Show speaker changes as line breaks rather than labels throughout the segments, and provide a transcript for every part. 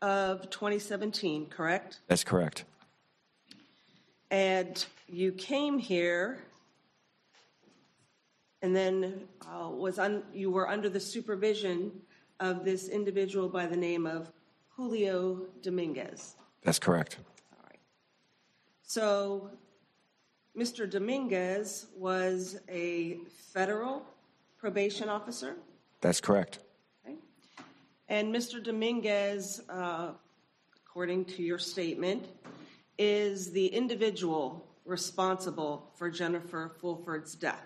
of 2017, correct?
That's correct.
And you came here and then uh, was un- you were under the supervision of this individual by the name of Julio Dominguez.
That's correct.
All right. So Mr. Dominguez was a federal probation officer.
That's correct.
Okay. And Mr. Dominguez, uh, according to your statement, is the individual responsible for Jennifer Fulford's death.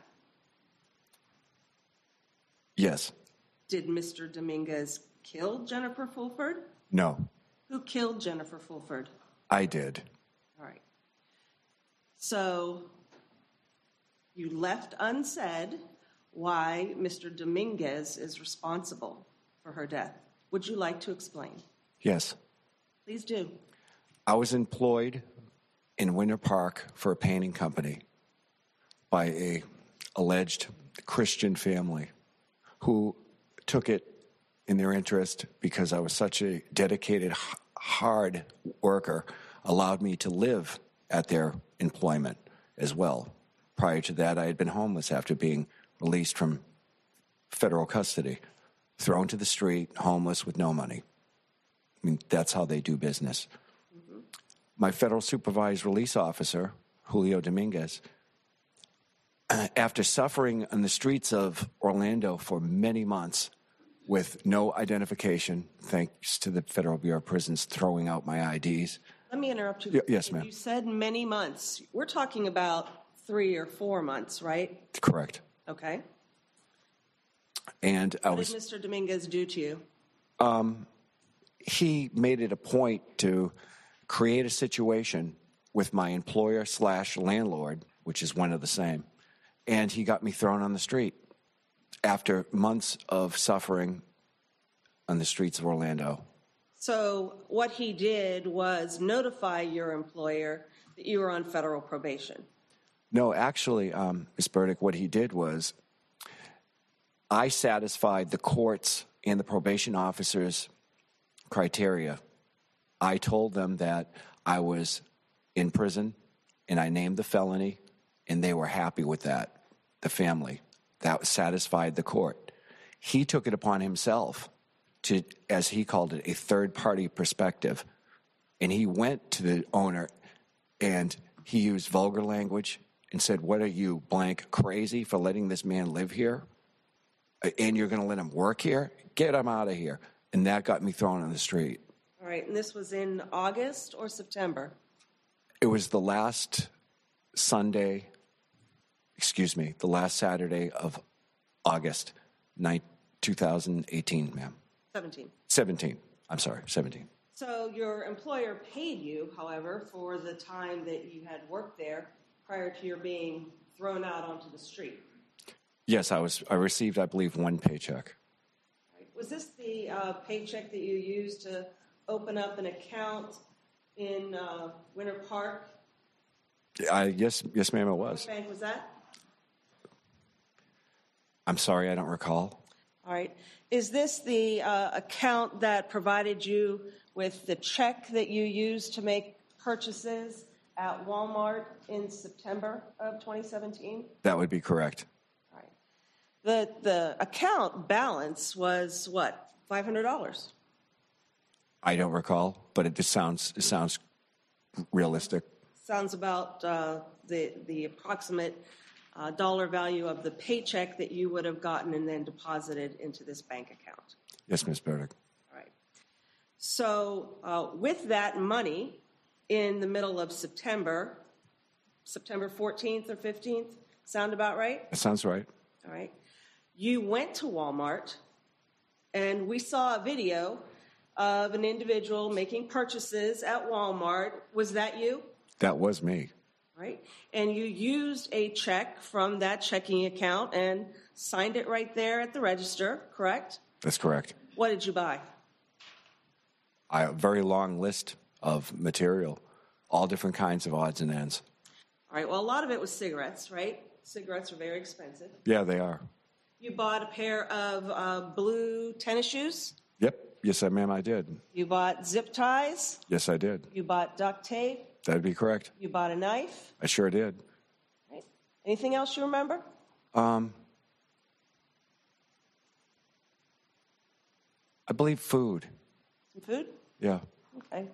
Yes.
Did Mr. Dominguez kill Jennifer Fulford?
No.
Who killed Jennifer Fulford?
I did.
All right. So you left unsaid why Mr. Dominguez is responsible for her death. Would you like to explain?
Yes.
Please do.
I was employed in Winter Park for a painting company by a alleged Christian family who took it in their interest because I was such a dedicated h- hard worker allowed me to live at their employment as well. Prior to that I had been homeless after being released from federal custody, thrown to the street, homeless with no money. I mean that's how they do business my federal supervised release officer, Julio Dominguez, uh, after suffering on the streets of Orlando for many months with no identification, thanks to the Federal Bureau of Prisons throwing out my IDs,
Let me interrupt you.
Y- yes, ma'am.
You said many months. We're talking about three or four months, right?
correct.
Okay.
And I
What did
was,
Mr. Dominguez do to you?
he made it a point to create a situation with my employer slash landlord, which is one of the same, and he got me thrown on the street after months of suffering on the streets of Orlando.
So, what he did was notify your employer that you were on federal probation.
No, actually, um, Ms. Burdick, what he did was I satisfied the courts and the probation officers' criteria. I told them that I was in prison and I named the felony, and they were happy with that, the family. That satisfied the court. He took it upon himself to, as he called it, a third party perspective. And he went to the owner and he used vulgar language and said, What are you, blank, crazy for letting this man live here? And you're going to let him work here? Get him out of here. And that got me thrown on the street.
All right, and this was in August or September?
It was the last Sunday, excuse me, the last Saturday of August 9, 2018, ma'am.
17.
17. I'm sorry, 17.
So, your employer paid you, however, for the time that you had worked there prior to your being thrown out onto the street.
Yes, I was. I received, I believe, one paycheck.
Right. Was this the uh, paycheck that you used to open up an account in uh, Winter Park?
I yes, yes, ma'am. It was.
Bank was that?
I'm sorry, I don't recall.
All right. Is this the uh, account that provided you with the check that you used to make purchases at Walmart in September of 2017?
That would be correct.
All right. The the account balance was what? $500.
I don't recall, but it just sounds it sounds realistic.
Sounds about uh, the the approximate uh, dollar value of the paycheck that you would have gotten and then deposited into this bank account.
Yes, Ms. Burdick.
All right. So uh, with that money in the middle of September, September 14th or 15th, sound about right?
That sounds right.
All right. You went to Walmart and we saw a video of an individual making purchases at Walmart. Was that you?
That was me.
Right? And you used a check from that checking account and signed it right there at the register, correct?
That's correct.
What did you buy?
I a very long list of material, all different kinds of odds and ends.
All right, well, a lot of it was cigarettes, right? Cigarettes are very expensive.
Yeah, they are.
You bought a pair of uh, blue tennis shoes,
Yep. Yes, I- ma'am, I did.
You bought zip ties,
Yes, I did.
you bought duct tape,
That'd be correct.
you bought a knife.
I sure did.
Right? Anything else you remember?
Um, I believe food.
Some food?
Yeah.
Okay.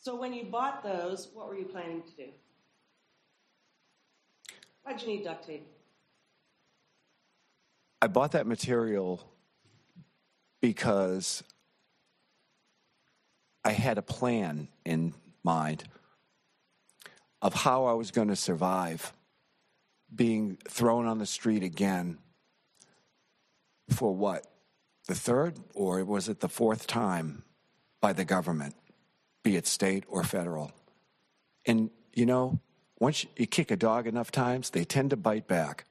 So when you bought those, what were you planning to do? Why'd you need duct tape?
I bought that material because I had a plan in mind of how I was going to survive being thrown on the street again for what? The third or was it the fourth time by the government, be it state or federal? And you know, once you kick a dog enough times, they tend to bite back.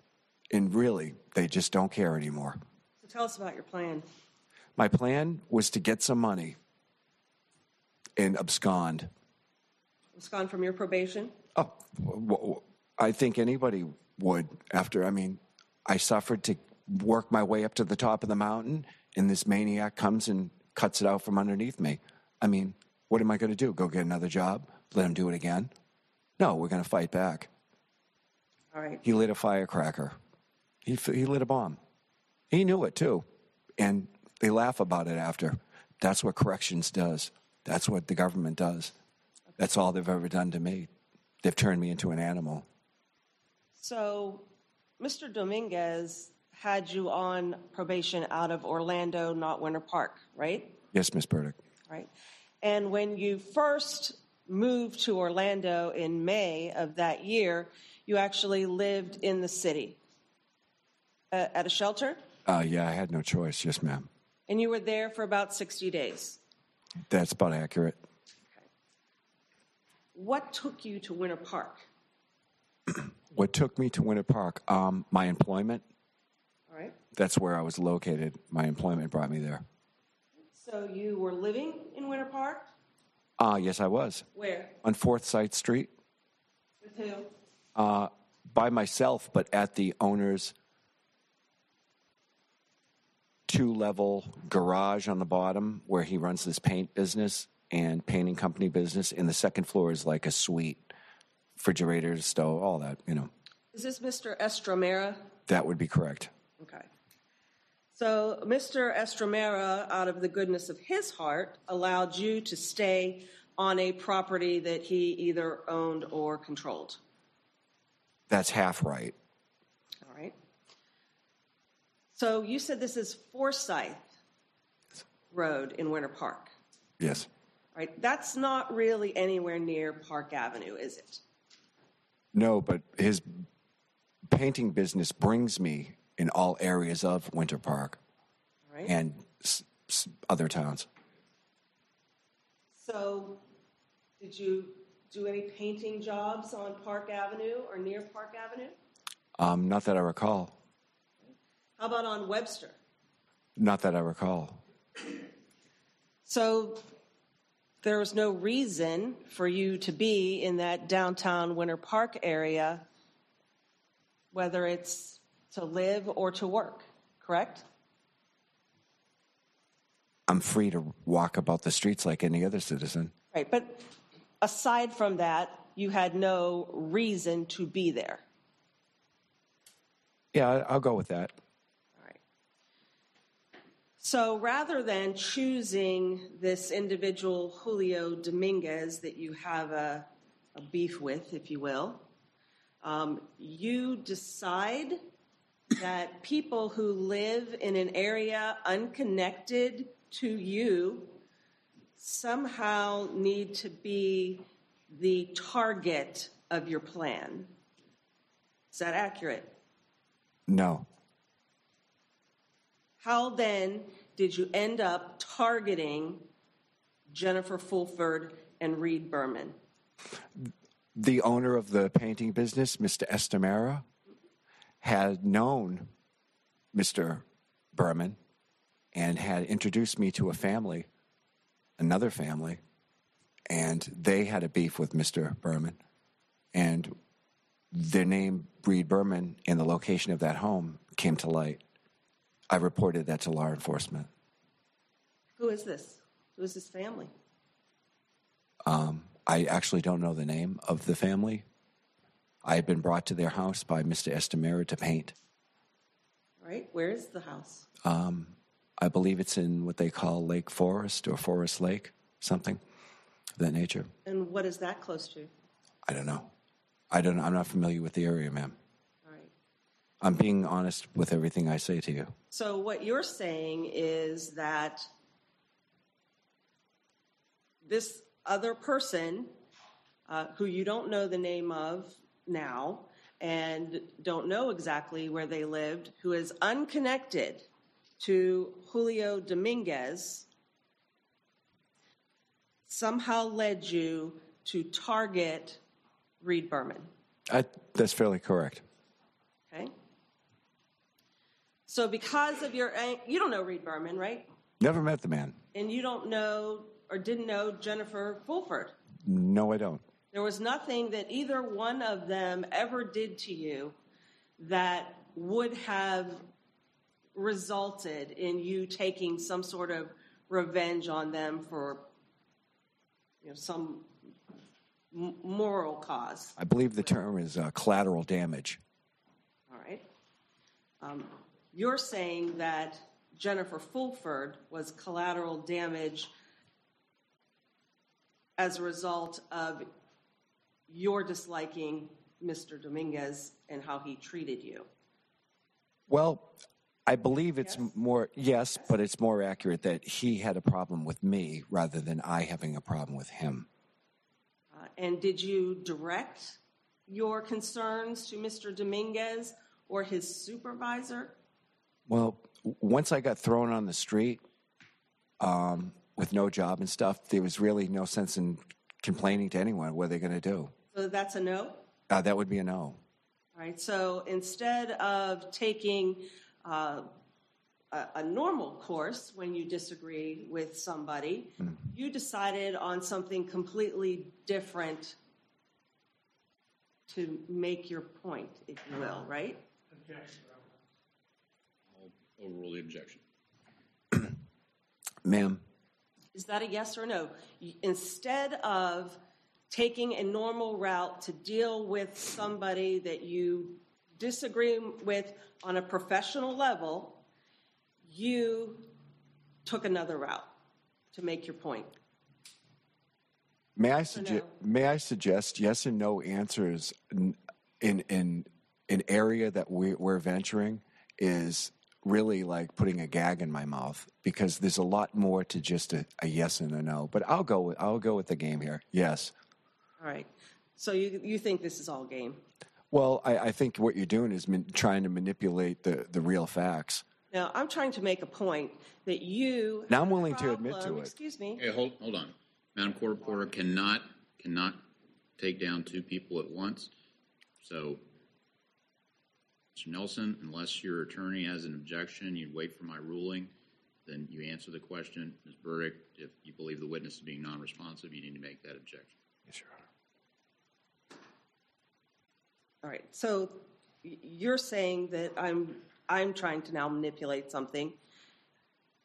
And really, they just don't care anymore.
So tell us about your plan.
My plan was to get some money and abscond.
It's gone from your probation.
Oh, w- w- I think anybody would after, I mean, I suffered to work my way up to the top of the mountain, and this maniac comes and cuts it out from underneath me. I mean, what am I going to do? Go get another job? Let him do it again? No, we're going to fight back.
All right.
He lit a firecracker. He, f- he lit a bomb. He knew it too. And they laugh about it after. That's what corrections does. That's what the government does. That's all they've ever done to me. They've turned me into an animal.
So Mr. Dominguez had you on probation out of Orlando, not Winter Park, right?
Yes, Miss Burdick.
right? And when you first moved to Orlando in May of that year, you actually lived in the city uh, at a shelter,
Uh, yeah, I had no choice. Yes, ma'am.
and you were there for about 60 days.
That's about accurate.
What took you to Winter Park?
What took me to Winter Park? Um, my employment.
All right.
That's where I was located. My employment brought me there.
So you were living in Winter Park?
Ah, yes, I was.
Where?
On 4th Site Street,
With who?
uh, by myself, but at the owner's two level garage on the bottom where he runs this paint business and painting company business. And the second floor is like a suite, refrigerator, stove, all that, you know.
Is this Mr. Estramera?
That would be correct.
Okay. So Mr. Estramera, out of the goodness of his heart, allowed you to stay on a property that he either owned or controlled.
That's half right.
All right. So you said this is Forsyth Road in Winter Park,
Yes.
right? That's not really anywhere near Park Avenue, is it?
No, but his painting business brings me in all areas of Winter Park
All right.
and s- s- other towns.
So did you do any painting jobs on Park Avenue or near Park Avenue?
Um, not that I recall.
How about on Webster?
Not that I recall.
So there was no reason for you to be in that downtown Winter Park area, whether it's to live or to work, correct?
I'm free to walk about the streets like any other citizen.
Right, but aside from that, you had no reason to be there.
Yeah, I- I'll go with that.
All right. So rather than choosing this individual Julio Dominguez that you have a, a beef with, if you will, um, you decide that people who live in an area unconnected to you somehow need to be the target of your plan. Is that accurate?
No,
How then did you end up targeting Jennifer Fulford and Reed Berman?
the owner of the painting business, Mr. Estamera, had known Mr. Berman and had introduced me to a family, another family, and they had a beef with Mr. Berman. And the name Reed Berman and the location of that home came to light. I reported that to law enforcement.
Who is this? Who is this family?
Um, I actually don't know the name of the family. I had been brought to their house by Mr. Estamera to paint.
All right, where is the house?
Um, I believe it's in what they call Lake Forest or Forest Lake, something of that nature.
And what is that close to?
I don't know. I don't. I'm not familiar with the area, ma'am.
All right.
I'm being honest with everything I say to you.
So what you're saying is that this other person, uh, who you don't know the name of now and don't know exactly where they lived, who is unconnected to Julio Dominguez, somehow led you to target Reed Berman.
I, that's fairly correct.
Okay. So because of your, ang- you don't know Reed Berman, right?
Never met the man.
And you don't know or didn't know Jennifer Fulford.
No, I don't.
There was nothing that either one of them ever did to you that would have resulted in you taking some sort of revenge on them for you know some m- moral cause.
I believe the term is uh, collateral damage.
All right. Um, you're saying that Jennifer Fulford was collateral damage as a result of your disliking Mr. Dominguez and how he treated you.
Well, I believe it's
Yes?
more yes, but it's more accurate that he had a problem with me rather than I having a problem with him.
Uh, and did you direct your concerns to Mr. Dominguez or his supervisor?
Well, w- once I got thrown on the street um, with no job and stuff, there was really no sense in complaining to anyone. What are they going to do?
So that's a no?
Uh, that would be a no.
All right, so instead of taking uh, a, a normal course when you disagree with somebody, you decided on something completely different to make your point, if you will, right?
Overrule the Oh, objection.
Ma'am,
Is that a yes or no? Y- Instead of taking a normal route to deal with somebody that you disagree with on a professional level, you took another route to make your point.
may I suggest
no?
may I suggest yes and no answers in in in an area that we, we're venturing is really like putting a gag in my mouth because there's a lot more to just a, a yes and a no. But I'll go with I'll go with the game here. Yes.
All right. So you, you think this is all game.
Well, I, I think what you're doing is man, trying to manipulate the, the real facts.
Now, I'm trying to make a point that you.
Now
have
I'm
a
willing to admit to
problem-
it.
Excuse me.
Hey, hold, hold on. Madam Court Reporter cannot, cannot take down two people at once. So, Mr. Nelson, unless your attorney has an objection, you'd wait for my ruling, then you answer the question. Ms. Burdick, if you believe the witness is being non-responsive, you need to make that objection.
Yes, Your Honor.
All right. So y- you're saying that I'm I'm trying to now manipulate something.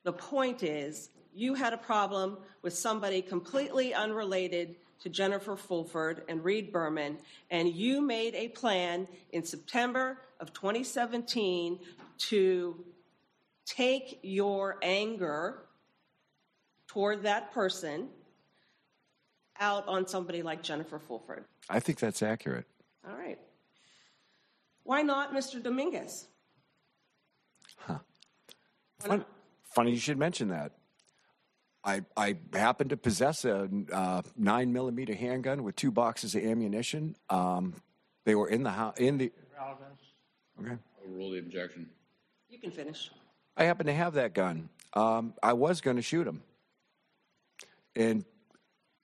The point is, you had a problem with somebody completely unrelated to Jennifer Fulford and Reed Berman, and you made a plan in September of 2017 to take your anger toward that person out on somebody like Jennifer Fulford.
I think that's accurate.
All right. Why not Mr. Dominguez? Why
Fun,
not?
funny you should mention that. I, I happen to possess a uh, nine millimeter handgun with two boxes of ammunition. Um, they were in the house. In the okay,
Overrule the Oh, objection.
You can finish.
I happen to have that gun. Um, I was going to shoot him, and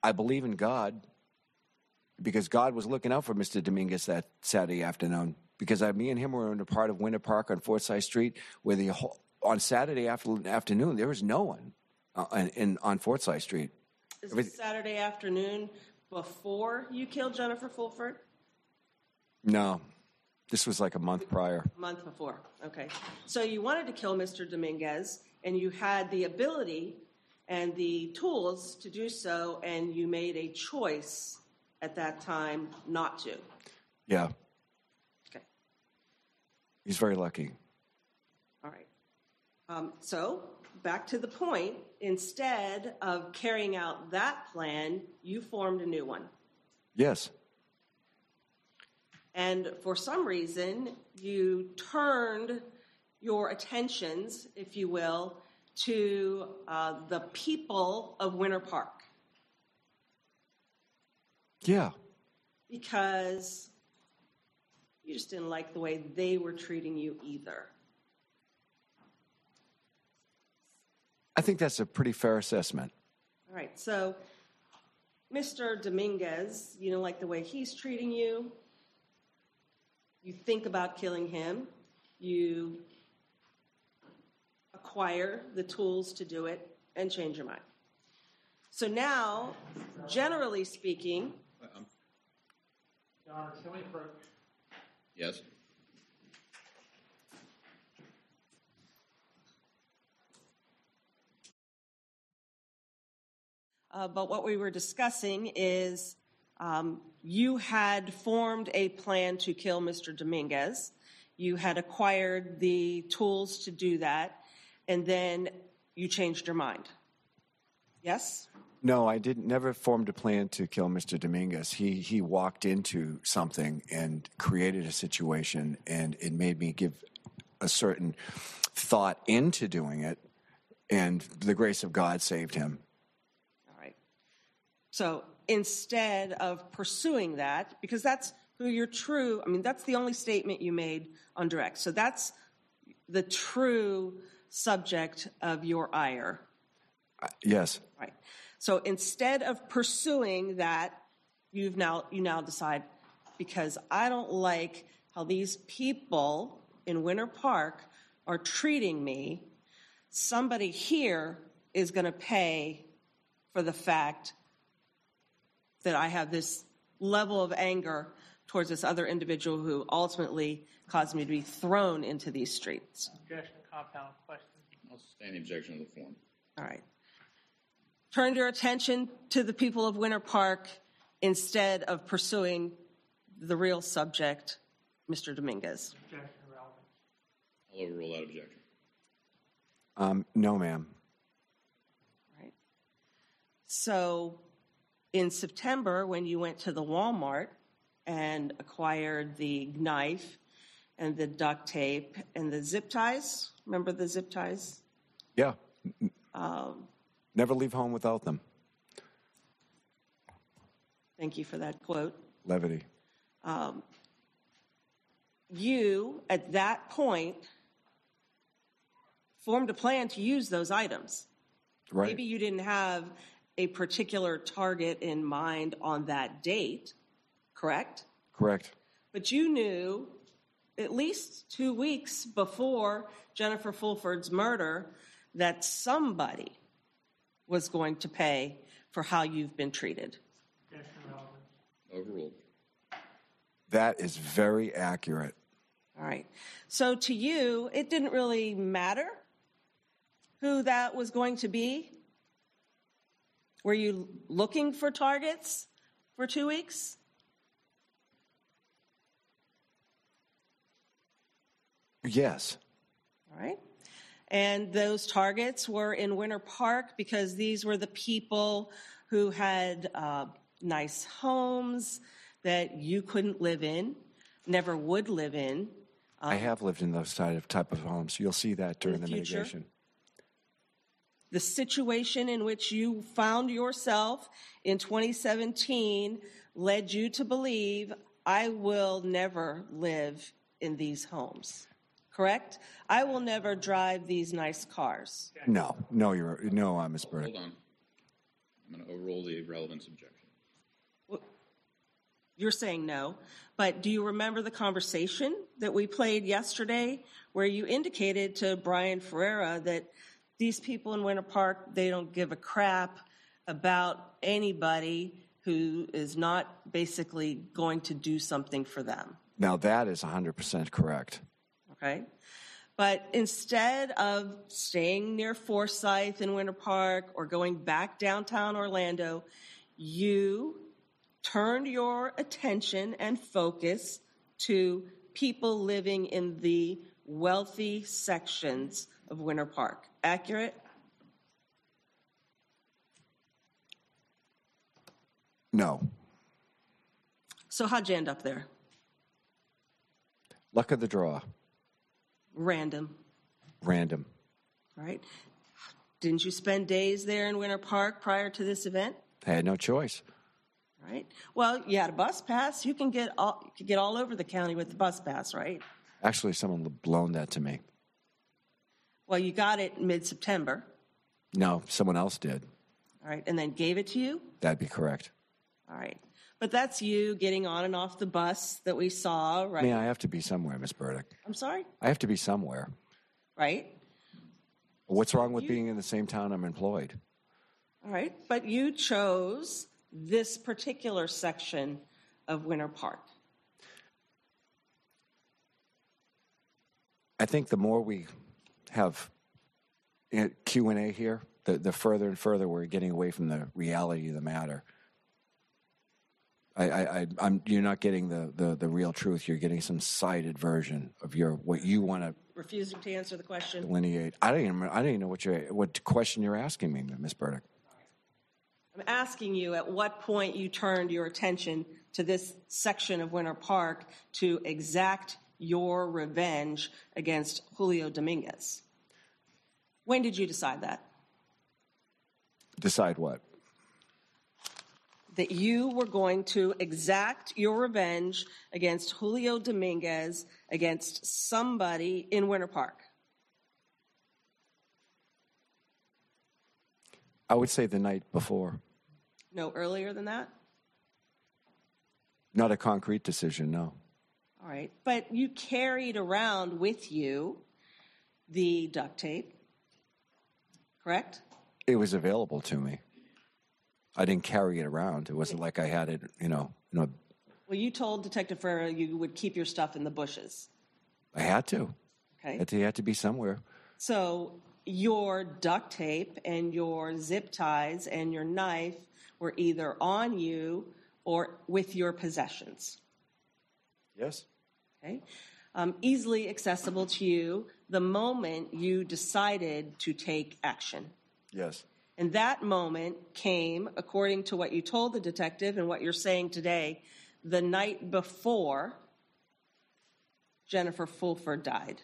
I believe in God because God was looking out for Mr. Dominguez that Saturday afternoon. Because I, me and him were in a part of Winter Park on Forsyth Street, where the whole, on Saturday after, afternoon there was no one uh, in, in, on Forsyth Street.
Is
Everyth-
this Saturday afternoon before you killed Jennifer Fulford?
No, This was like a month prior.
month before, okay. So you wanted to kill Mr. Dominguez, and you had the ability and the tools to do so, and you made a choice at that time not to.
Yeah,
Okay,
he's very lucky.
all right. Um, so, back to the point, instead of carrying out that plan, you formed a new one.
Yes,
And for some reason, you turned your attentions, if you will, to uh, the people of Winter Park
yeah,
because you just didn't like the way they were treating you either.
I think that's a pretty fair assessment.
All right, so Mr. Dominguez, you don't like the way he's treating you. You think about killing him. You acquire the tools to do it and change your mind. So now, generally speaking,
Donna, can we approach?
Yes?
Uh, but what we were discussing is um, you had formed a plan to kill Mr. Dominguez. You had acquired the tools to do that, and then you changed your mind. Yes?
No, I didn't. Never formed a plan to kill Mr. Dominguez. He he walked into something and created a situation, and it made me give a certain thought into doing it. And the grace of God saved him.
All right. So instead of pursuing that, because that's who your true, I mean, that's the only statement you made on direct. So that's the true subject of your ire.
I- Yes,
Right. So instead of pursuing that, you've now you now decide because I don't like how these people in Winter Park are treating me. Somebody here is going to pay for the fact that I have this level of anger towards this other individual who ultimately caused me to be thrown into these streets.
Objection, compound question.
I'll sustain the objection of the form.
All right. Turned your attention to the people of Winter Park instead of pursuing the real subject, Mr. Dominguez.
Objection irrelevant.
I'll overrule that objection.
um, no, ma'am.
Right. So in September, when you went to the Walmart and acquired the knife and the duct tape and the zip ties, remember the zip ties?
Yeah,
Um.
never leave home without them.
Thank you for that quote.
Levity.
um, you, at that point, formed a plan to use those items.
Right.
Maybe you didn't have a particular target in mind on that date, correct?
Correct.
But you knew at least two weeks before Jennifer Fulford's murder that somebody was going to pay for how you've been treated.
Objection irrelevant.
Overruled.
That is very accurate.
All right. So to you, it didn't really matter who that was going to be. Were you looking for targets for two weeks?
Yes.
All right. And those targets were in Winter Park because these were the people who had uh, nice homes that you couldn't live in, never would live in.
I have lived in those type of, type of homes. You'll see that during
Um. the
the,
future?
mitigation.
the situation in which you found yourself in 2017 led you to believe I will never live in these homes. Correct? I will never drive these nice cars.
No, no, you're no, uh, Miss Burdick.
Hold on. I'm going to overrule the relevance objection.
You're saying no, but do you remember the conversation that we played yesterday where you indicated to Brian Ferreira that these people in Winter Park, they don't give a crap about anybody who is not basically going to do something for them?
Now that is 100% correct.
okay? But instead of staying near Forsyth and Winter Park or going back downtown Orlando, you turned your attention and focus to people living in the wealthy sections of Winter Park. Accurate?
No.
So, how'd you end up there?
Luck of the draw,
Random,
random.
right? Didn't you spend days there in Winter Park prior to this event?
I had no choice.
Right. Well, you had a bus pass. You can get all you can get all over the county with the bus pass, right?
Actually, someone loaned that to me.
Well, you got it mid September,
No, someone else did.
all right, and then gave it to you,
That'd be correct.
all right. But that's you getting on and off the bus that we saw,
I
right?
mean, I have to be somewhere, Miss Burdick.
I'm sorry,
I have to be somewhere.
right?
What's wrong with
You-
being in the same town I'm employed?
All right, but you chose this particular section of Winter Park.
I think the more we have eh, Q and A here, the, the further and further we're getting away from the reality of the matter. I, I, I I'm you're not getting the, the the real truth. You're getting some sided version of your what you want to
Refusing to answer the question.
delineate. I don't even I don't even know what you what question you're asking me, Miss Burdick.
I'm asking you at what point you turned your attention to this section of Winter Park to exact your revenge against Julio Dominguez. When did you decide that?
Decide what.
That you were going to exact your revenge against Julio Dominguez, against somebody in Winter Park?
I would say the night before.
No earlier than that?
Not a concrete decision, no.
All right. But you carried around with you the duct tape, correct?
It was available to me. I didn't carry it around. It wasn't like I had it, you know, in a
Well, you told Detective Ferrero you would keep your stuff in the bushes.
I had to.
Okay.
It had to be somewhere.
So your duct tape and your zip ties and your knife were either on you or with your possessions.
Yes.
Okay. Um, easily accessible to you the moment you decided to take action.
Yes.
And that moment came, according to what you told the detective and what you're saying today, the night before Jennifer Fulford died.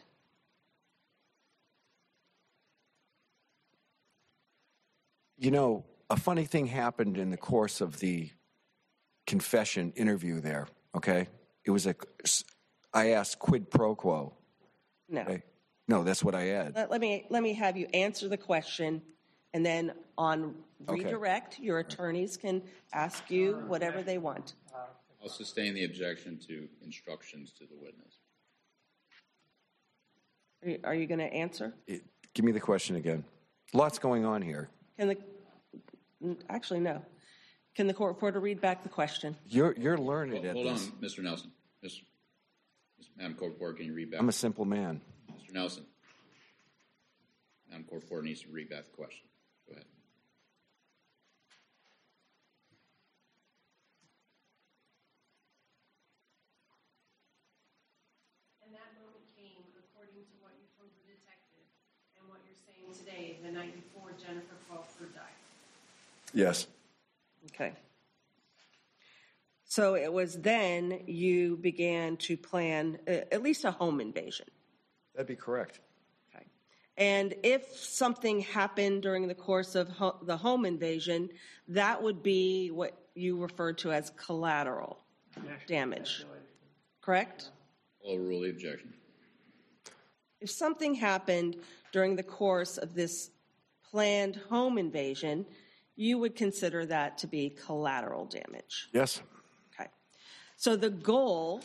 You know, a funny thing happened in the course of the confession interview there, okay? It was a, I asked quid pro quo.
No.
okay? No, that's what I had.
Let, let me let me have you answer the question, and then on
Okay.
redirect, your attorneys can ask you whatever they want.
I'll sustain the objection to instructions to the witness.
Are you, are you going to answer?
It- give me the question again. Lots going on here.
Can the actually no? Can the court reporter read back the question?
You're, you're learned at
Hold on,
this.
Mr. Nelson. Miss- Miss- Madam Corporal, can you read back?
I'm a simple man.
Mr. Nelson. Madam Corporal needs to read back the question. Go ahead.
And that moment came, according to what you told the detective and what you're saying today, the night before Jennifer Crawford died.
Yes.
Okay. So it was then you began to plan uh, at least a home invasion.
That'd be correct.
Okay. And if something happened during the course of ho- the home invasion, that would be what you referred to as collateral damage, correct?
I'll overrule the objection.
If something happened during the course of this planned home invasion, you would consider that to be collateral damage.
Yes.
Okay. So the goal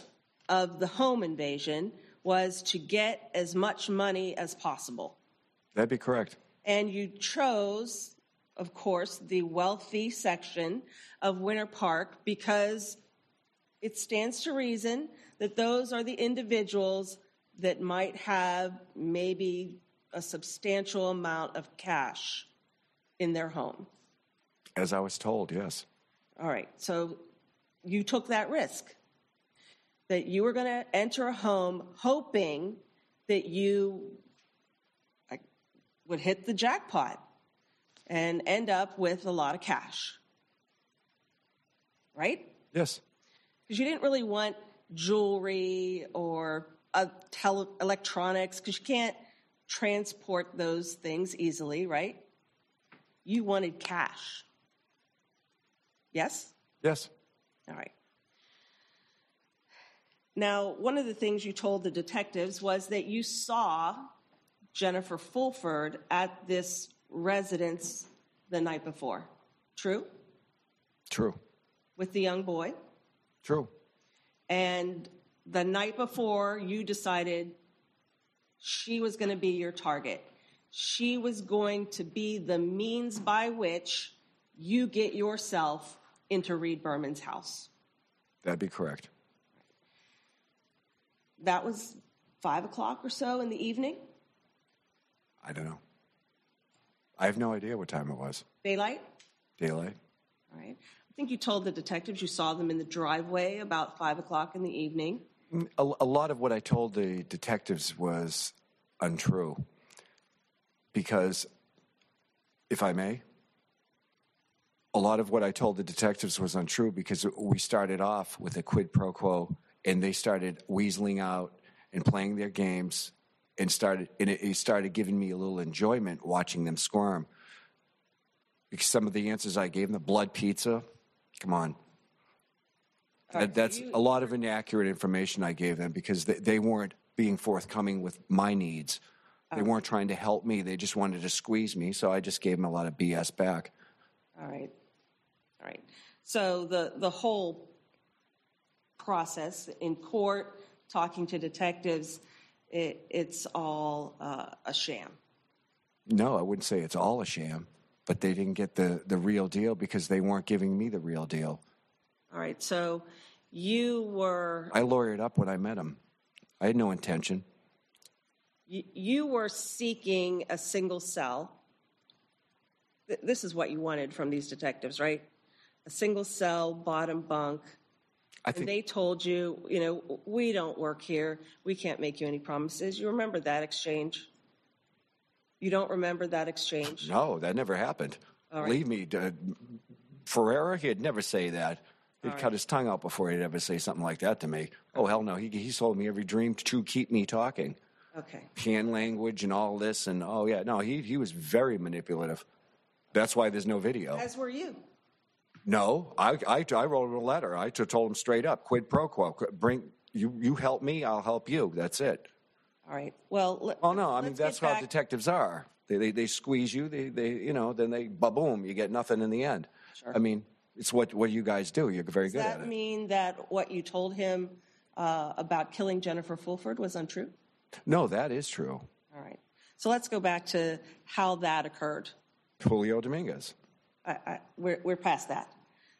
of the home invasion was to get as much money as possible.
That'd be correct.
And you chose, of course, the wealthy section of Winter Park because it stands to reason that those are the individuals that might have maybe a substantial amount of cash in their home.
As I was told, yes.
All right, so you took that risk that you were going to enter a home hoping that you like, would hit the jackpot and end up with a lot of cash, right?
Yes.
Because you didn't really want jewelry or uh, tele- electronics because you can't transport those things easily, right? You wanted cash. Yes?
Yes.
All right. Now, one of the things you told the detectives was that you saw Jennifer Fulford at this residence the night before. True?
True.
With the young boy?
True.
And the night before, you decided she was going to be your target. She was going to be the means by which you get yourself into Reed Berman's house.
That'd be correct.
That was five o'clock or so in the evening,
I don't know. I have no idea what time it was.
daylight.
Daylight?
All right. I think you told the detectives you saw them in the driveway about five o'clock in the evening.
A, a lot of what I told the detectives was untrue. Because, if I may, a lot of what I told the detectives was untrue because we started off with a quid pro quo and they started weaseling out and playing their games and started and it, it started giving me a little enjoyment watching them squirm because some of the answers I gave them the blood pizza come on
All right,
that,
so
that's
you-
a lot of inaccurate information I gave them because they, they weren't being forthcoming with my needs.
Oh.
They weren't trying to help me. They just wanted to squeeze me. So I just gave them a lot of BS back.
All right. All right. So the, the whole process in court, talking to detectives, it, it's all uh, a sham.
No, I wouldn't say it's all a sham, but they didn't get the, the real deal because they weren't giving me the real deal.
All right. So you were
I lawyered up when I met them. I had no intention.
you, you were seeking a single cell. Th- This is what you wanted from these detectives, right? A single cell, bottom bunk.
I
And
think
they told you, you know, we don't work here. We can't make you any promises. You remember that exchange? You don't remember that exchange?
no, that never happened.
All right.
Leave me, uh, Ferrera. He'd never say that. He'd
All
cut
right.
his tongue out before he'd ever say something like that to me. Oh hell no! He he sold me every dream to keep me talking,
Okay.
hand language and all this, and oh yeah, no, he he was very manipulative. That's why there's no video.
As were you.
No, I, I, I wrote him a letter. I t- told him straight up, quid pro quo. Qu- Bring you, you help me, I'll help you. That's it.
All right. Well, let,
Well, no, I mean
let's get
that's how
back-
detectives are. They, they they squeeze you. They they you know then they ba boom. You get nothing in the end.
Sure.
I mean it's what what you guys do. You're very
Does
good
that
at it.
mean that what you told him uh, about killing Jennifer Fulford was untrue?
no, that is true.
All right. So let's go back to how that occurred.
Julio Dominguez.
I, I, we're, we're past that.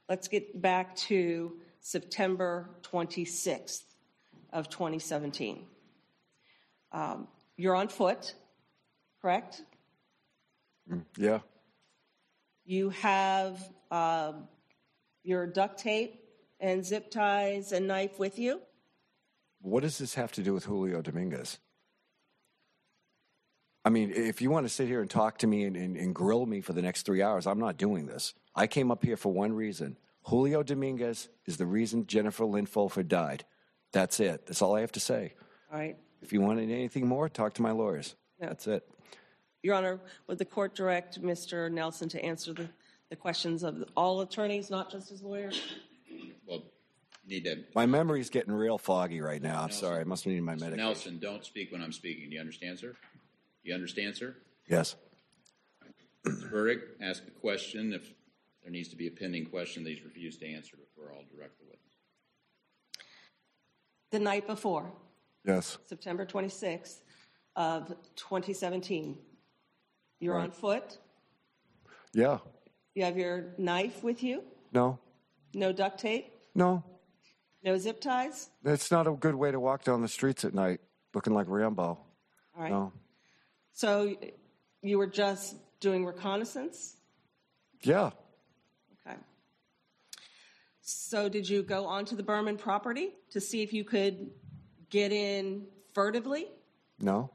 Let's get back to September 26th of 2017. Um, you're on foot, correct?
Yeah,
You have um, your duct tape and zip ties and knife with you.
what does this have to do with Julio Dominguez? I mean, if you want to sit here and talk to me and, and, and grill me for the next three hours, I'm not doing this. I came up here for one reason. Julio Dominguez is the reason Jennifer Lynn Fulford died. That's it. That's all I have to say.
All right.
If you wanted anything more, talk to my lawyers.
Yeah.
That's it.
Your Honor, would the court direct Mr. Nelson to answer the, the questions of all attorneys, not just his lawyer?
Well, you need to,
My memory's getting real foggy right now. I'm sorry. I must need my medication.
Nelson, don't speak when I'm speaking. Do you understand, sir? You understand, sir?
Yes.
Burdick, ask a question. If there needs to be a pending question that he's refused to answer before I'll direct the witness.
The night before,
Yes.
September 26th of 2017. You're
Right.
on foot.
Yeah.
You have your knife with you,
No.
no duct tape.
No.
No zip ties?
That's not a good way to walk down the streets at night looking like Rambo.
All right.
No.
So you were just doing reconnaissance?
Yeah.
Okay. So did you go onto the Berman property to see if you could get in furtively?
No.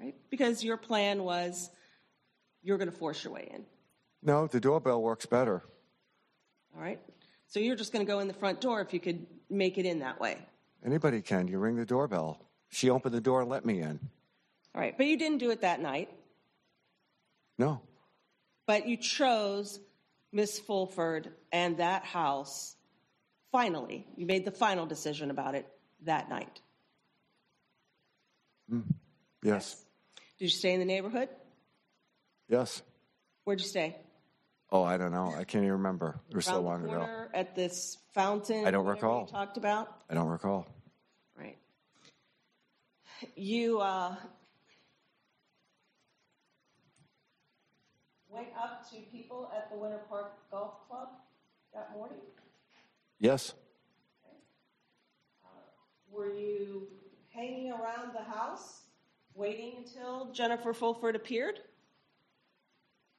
Right? Because your plan was you're going to force your way in.
No, the doorbell works better.
All right? So you're just going to go in the front door if you could make it in that way.
Anybody can. You ring the doorbell. She opened the door and let me in.
All right. But you didn't do it that night,
No.
but you chose Miss Fulford and that house finally. You made the final decision about it that night.
Yes.
Did you stay in the neighborhood?
Yes.
Where'd you stay?
Oh, I don't know. I can't even remember. It was so
Around the
long ago.
corner At this fountain?
I don't
whatever you
recall.
Talked about?
I don't recall.
Right. You uh, went up to people at the Winter Park Golf Club that morning.
Yes.
Were you hanging around the house, waiting until Jennifer Fulford appeared?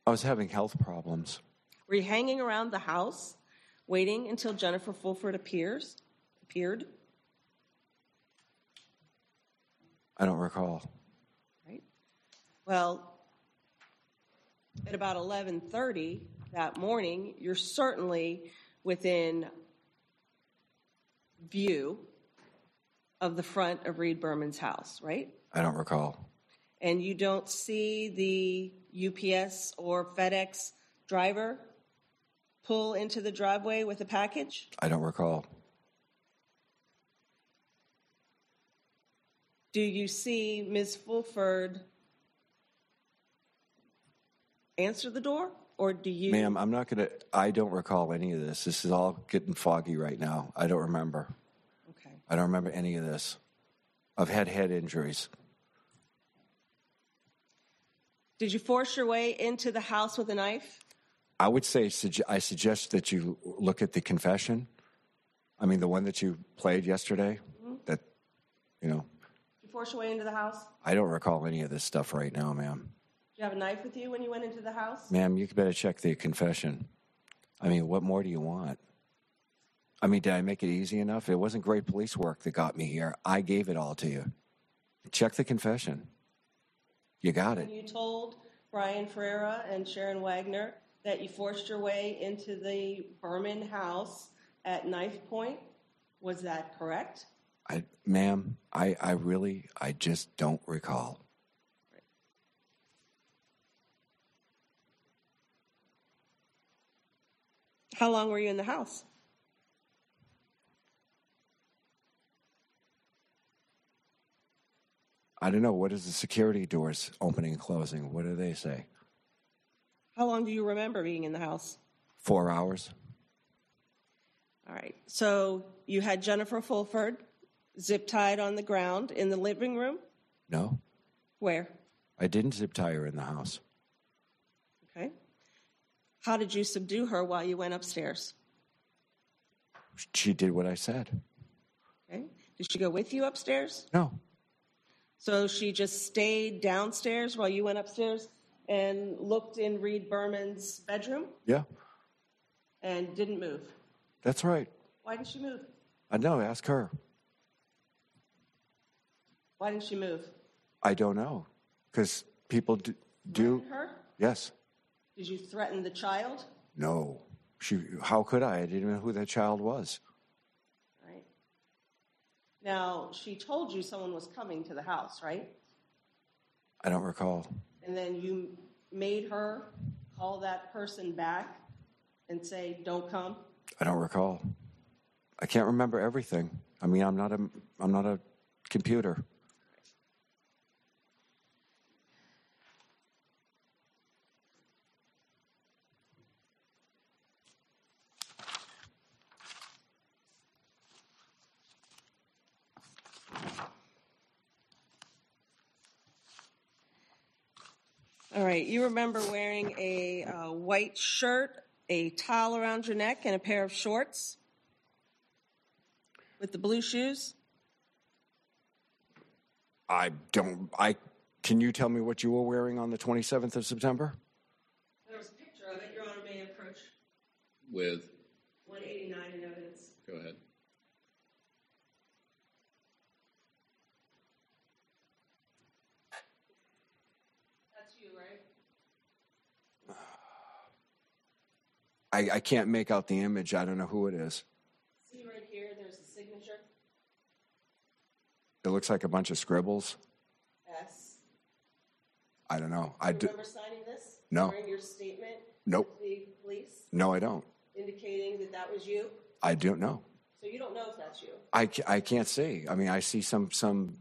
I was having health problems.
Were you hanging around the house, waiting until Jennifer Fulford appears? Appeared,
I don't recall.
right? Well, at about eleven thirty that morning, you're certainly within view of the front of Reed Berman's house, right?
I don't recall.
and you don't see the UPS or FedEx driver pull into the driveway with a package,
I don't recall.
do you see Ms. Fulford answer the door? Or do you?
Ma'am, I'm not going to, I don't recall any of this. This is all getting foggy right now. I don't remember.
Okay.
I don't remember any of this. I've had head injuries.
Did you force your way into the house with a knife?
I would say sugge- I suggest that you look at the confession. I mean, the one that you played yesterday. That you know,
Did you force your way into the house? Do
I don't recall any of this stuff right now, ma'am.
you have a knife with you when you went into the house?
Ma'am, you better check the confession. I mean, what more do you want? I mean, did I make it easy enough? It wasn't great police work that got me here. I gave it all to you. Check the confession. You got it.
And you told Brian Ferreira and Sharon Wagner that you forced your way into the Berman house at knife point. Was that correct?
I, ma'am, I, I really, I just don't recall.
How long were you in the house?
I don't know. What is the security doors opening and closing? What do they say?
How long do you remember being in the house?
Four hours?
All right. So you had Jennifer Fulford zip tied on the ground in the living room.
No,
Where?
I didn't zip tie her in the house.
Okay. How did you subdue her while you went upstairs?
She did what I said.
Okay. Did she go with you upstairs?
No,
So she just stayed downstairs while you went upstairs and looked in Reed Berman's bedroom
yeah,
and didn't move.
that's right.
Why didn't she move?
I know. Ask her.
Why didn't she move?
I don't know, because people do. do
Threaten her?
yes.
Did you threaten the child?
No. She. How could I? I didn't know who that child was.
Right. Now she told you someone was coming to the house, right?
I don't recall.
And then you made her call that person back and say, "Don't come."
I don't recall. I can't remember everything. I mean, I'm not a. I'm not a computer.
All right. You remember wearing a uh, white shirt, a towel around your neck, and a pair of shorts.
with the blue shoes?
I don't. I can you tell me what you were wearing on the 27th of September?
There was a picture of it, Your Honor may approach
with,
one eighty-nine in evidence.
go ahead.
That's you, right?
I, I can't make out the image. I don't know who it is.
See right here, there's a signature,
It looks like a bunch of scribbles.
S.
I don't know. I
You
d-
remember signing this?
No.
During your statement?
Nope.
To the police,
no, I don't.
indicating that that was you?
I don't know.
So you don't know if that's you?
I, ca- I can't see. I mean, I see some some.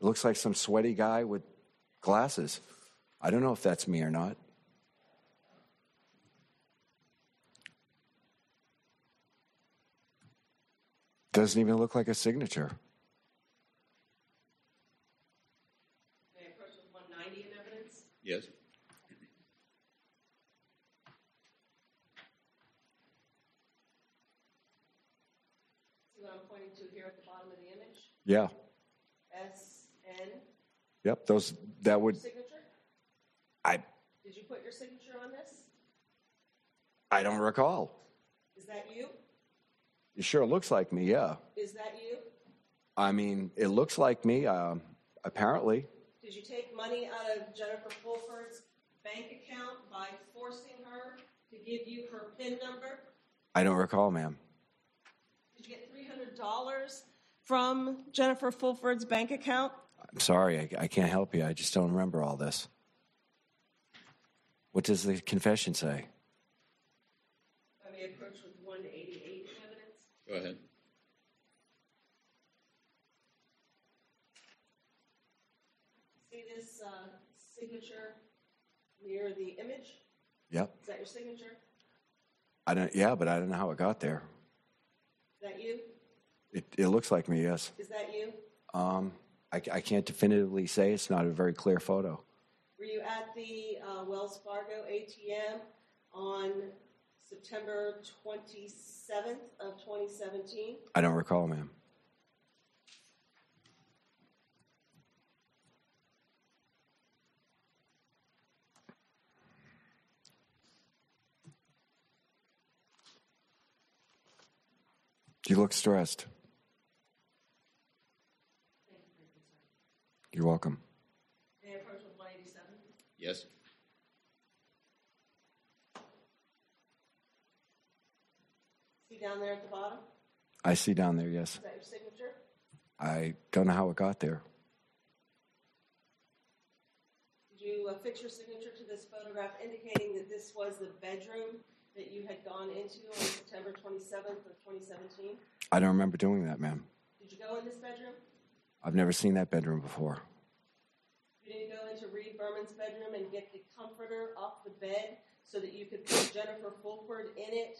It looks like some sweaty guy with glasses. I don't know if that's me or not. Doesn't even look like a signature.
May I approach with one ninety in evidence?
Yes?
See what I'm pointing to here at the bottom of the image?
Yeah.
S, N,
Yep. Those that would
signature?
I
Did you put your signature on this?
I don't recall.
Is that you?
It sure looks like me. Yeah.
Is that you?
I mean, it looks like me. Um, apparently,
Did you take money out of Jennifer Fulford's bank account by forcing her to give you her PIN number?
I don't recall, ma'am.
Did you get three hundred
Dollars from Jennifer Fulford's bank account?
I'm sorry, I, I can't help you. I just don't remember all this. What does the confession say?
I may approach with one eighty-eight in evidence.
Go ahead.
See this, uh, signature near the image?
Yep.
Is that your signature?
I don't. Yeah, but I don't know how it got there.
Is that you?
It, it looks like me. Yes.
Is that you?
Um, I, I can't definitively say. It's not a very clear photo.
Were you at the, uh, Wells Fargo ATM on September twenty-seventh of twenty seventeen?
I don't recall, ma'am. You look stressed. You're welcome.
May I approach with one eighty-seven?
Yes?
See down there at the bottom?
I see down there, yes.
Is that your signature?
I don't know how it got there.
Did you uh, fix your signature to this photograph indicating that this was the bedroom that you had gone into on September 27th of 2017?
I don't remember doing that, ma'am.
Did you go in this bedroom?
I've never seen that bedroom before.
You didn't go into Reed Berman's bedroom and get the comforter off the bed so that you could put Jennifer Fulford in it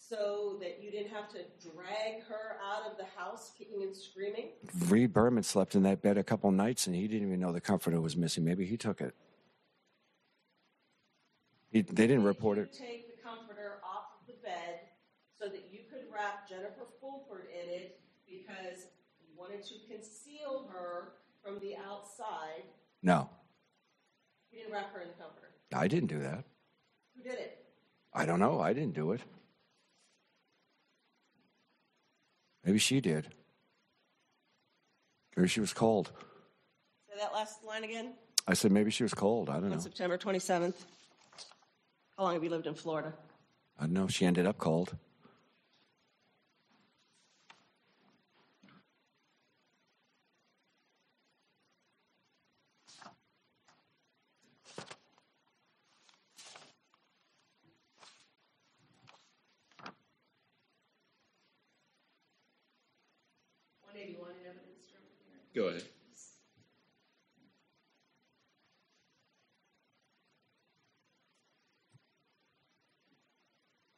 so that you didn't have to drag her out of the house kicking and screaming?
Reed Berman slept in that bed a couple nights and he didn't even know the comforter was missing. Maybe he took it. He, they didn't report
you
it.
Take the comforter off of the bed so that you could wrap Jennifer Fulford in it because you wanted to conceal her from the outside.
No,
You didn't wrap her in the comforter.
I didn't do that.
Who did it?
I don't know. I didn't do it. Maybe she did. Maybe she was cold.
Say that last line again.
I said maybe she was cold. I don't
On
know.
September 27th? How long have you lived in Florida?
I don't know. She ended up cold.
One eighty-one in evidence from here.
Go ahead.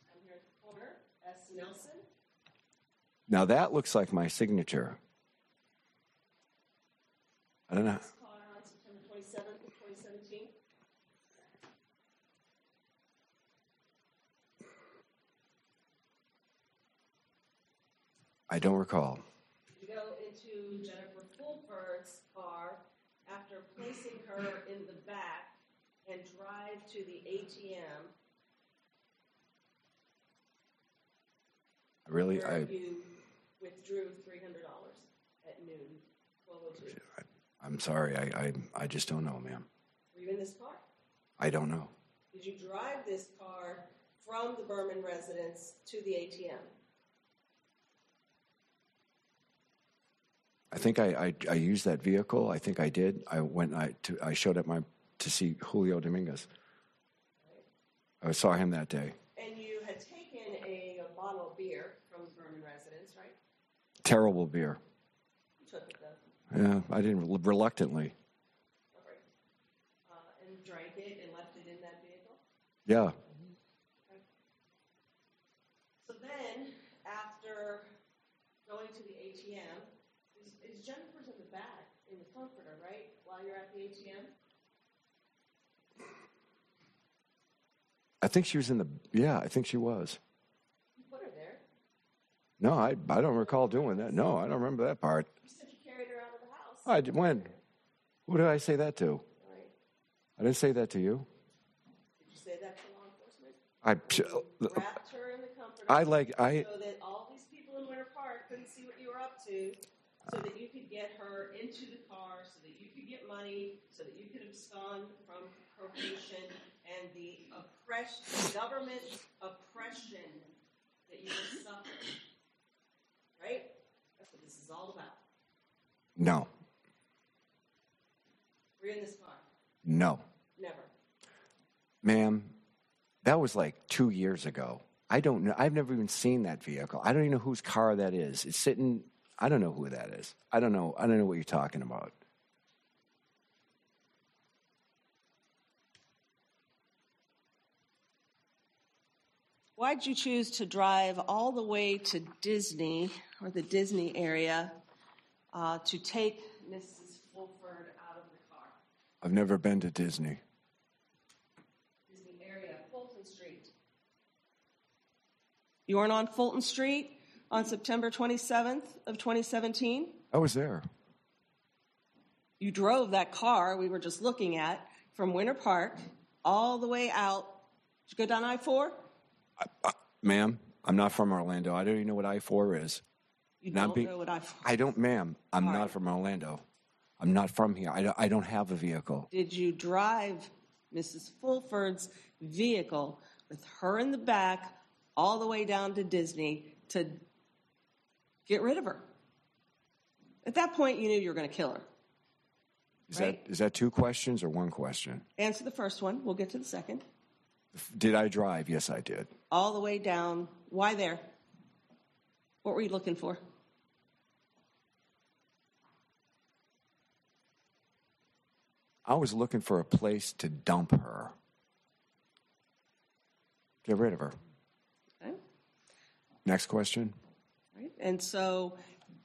I'm here at the corner. S. Nelson.
Now that looks like my signature. I don't know.
This car on September twenty-seventh of twenty seventeen.
I don't recall.
You go into Jennifer Fulford's car after placing her in the back and drive to the ATM
Really,
where
I,
you withdrew three hundred dollars at noon, twelve oh two.
I'm sorry. I, I, I just don't know, ma'am.
Were you in this car?
I don't know.
Did you drive this car from the Berman residence to the ATM?
I think I, I, I used that vehicle. I think I did. I went. I to, I showed up my to see Julio Dominguez. I saw him that day.
And you had taken a, a bottle of beer from the Berman residence, right?
Terrible beer.
You took it though,
Yeah, I didn't reluctantly.
all right. Uh, and drank it and left it in that vehicle?
Yeah,
So then, after going to the ATM, is, is Jennifer's in the back in the comforter, right? While you're at the ATM?
I think she was in the. Yeah, I think she was.
You put her there.
No, I I don't recall doing that. No, I don't remember that part.
You said you carried her out of the house.
I did- when? Who did I say that to?
All right.
I didn't say that to you.
Did you say that to law enforcement?
I
You wrapped her in the comforter.
I like I
so that all these people in Winter Park couldn't see what you were up to, so that you could get her into the car, so that you could get money, so that you could abscond from probation and the oppression, government oppression that you were suffering. Right? That's what this is all about.
no
Were you in this car?
no,
Never.
ma'am. That was like two years ago. I don't know. I've never even seen that vehicle. I don't even know whose car that is. It's sitting. I don't know who that is. I don't know. I don't know what you're talking about.
Why'd you choose to drive all the way to Disney or the Disney area uh, to take
Mrs. Fulford out of the car.
I've never been to Disney.
Disney area, Fulton Street.
You weren't on Fulton Street on September 27th of 2017.
I was there.
You drove that car we were just looking at from Winter Park all the way out. Did you go down I 4?
Ma'am, I'm not from Orlando. I don't even know what I 4 is.
You
Not
don't
be-
know what I 4.
I don't, ma'am, I'm
All
not
right.
from Orlando. I'm not from here. I don't, I don't have a vehicle.
Did you drive Mrs. Fulford's vehicle with her in the back all the way down to Disney to get rid of her? At that point, you knew you were going to kill her.
Is,
Right.
that, is that two questions or one question?
Answer the first one, we'll get to the second.
Did I drive? Yes, I did.
All the way down. Why there? What were you looking for?
I was looking for a place to dump her. Get rid of her.
Okay.
Next question.
Right? And so,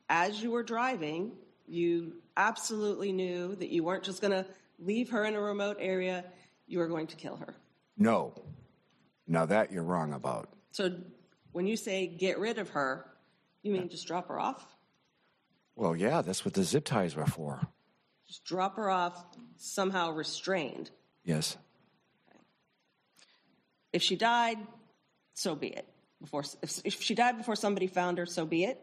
as you were driving, you absolutely knew that you weren't just going to leave her in a remote area, you were going to kill her.
No. Now that you're wrong about.
So, when you say get rid of her, you mean just drop her off?
Well, yeah, that's what the zip ties were for.
Just drop her off somehow restrained.
Yes.
If she died, so be it. Before, if, if she died before somebody found her, so be it.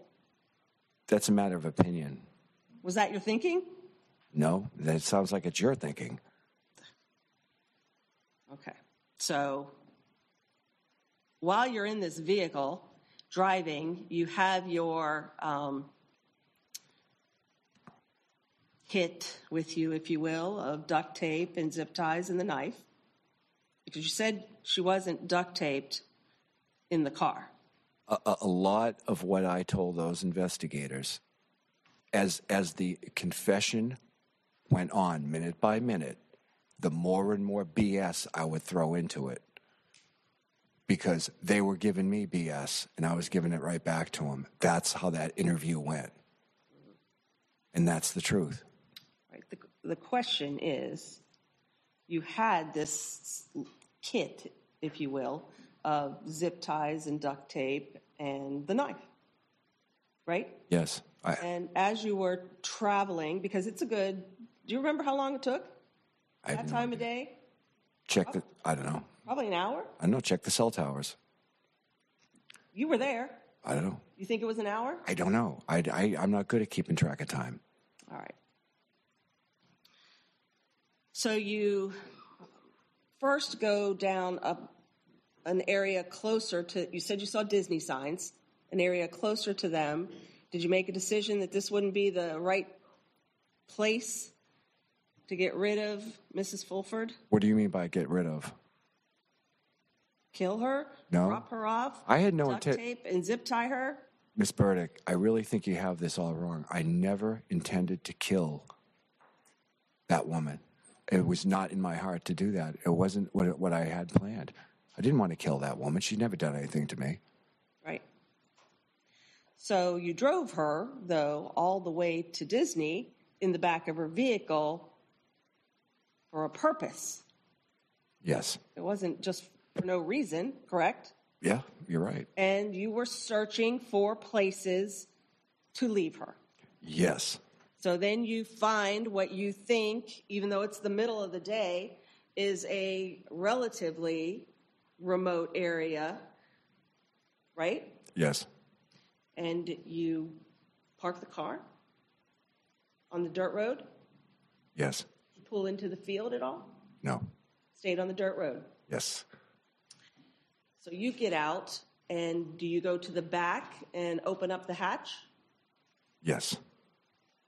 That's a matter of opinion.
Was that your thinking?
No, that sounds like it's your thinking.
Okay. So while you're in this vehicle driving, you have your um, hit with you, if you will, of duct tape and zip ties and the knife because you said she wasn't duct taped in the car.
a, a- a lot of what I told those investigators as as the confession went on minute by minute the more and more BS I would throw into it because they were giving me BS and I was giving it right back to them that's how that interview went and that's the truth
Right. The, the question is, you had this kit, if you will, of zip ties and duct tape and the knife. right?
Yes. I,
And as you were traveling, because it's a good, do you remember how long it took?
I have
That
no
time of
idea.
day?
Check the, I don't know.
Probably an hour?
I don't know. Check the cell towers.
You were there.
I don't know.
You think it was an hour?
I don't know. I, I, I'm not good at keeping track of time.
All right. So you first go down a, an area closer to, you said you saw Disney signs, an area closer to them. Did you make a decision that this wouldn't be the right place to get rid of Mrs. Fulford?
What do you mean by get rid of?
Kill her?
No.
Drop her off?
I had no
duct
intent.
tape and zip tie her?
Miss Burdick, I really think you have this all wrong. I never intended to kill that woman. It was not in my heart to do that. It wasn't what, what I had planned. I didn't want to kill that woman. She'd never done anything to me.
Right. So you drove her, though, all the way to Disney in the back of her vehicle for a purpose.
Yes.
It wasn't just for no reason, correct?
Yeah, you're right.
And you were searching for places to leave her.
Yes.
So then you find what you think, even though it's the middle of the day, is a relatively remote area, right?
Yes.
and you park the car on the dirt road,
Yes.
you pull into the field at all,
No.
stayed on the dirt road.
Yes.
So you get out, and do you go to the back and open up the hatch?
Yes.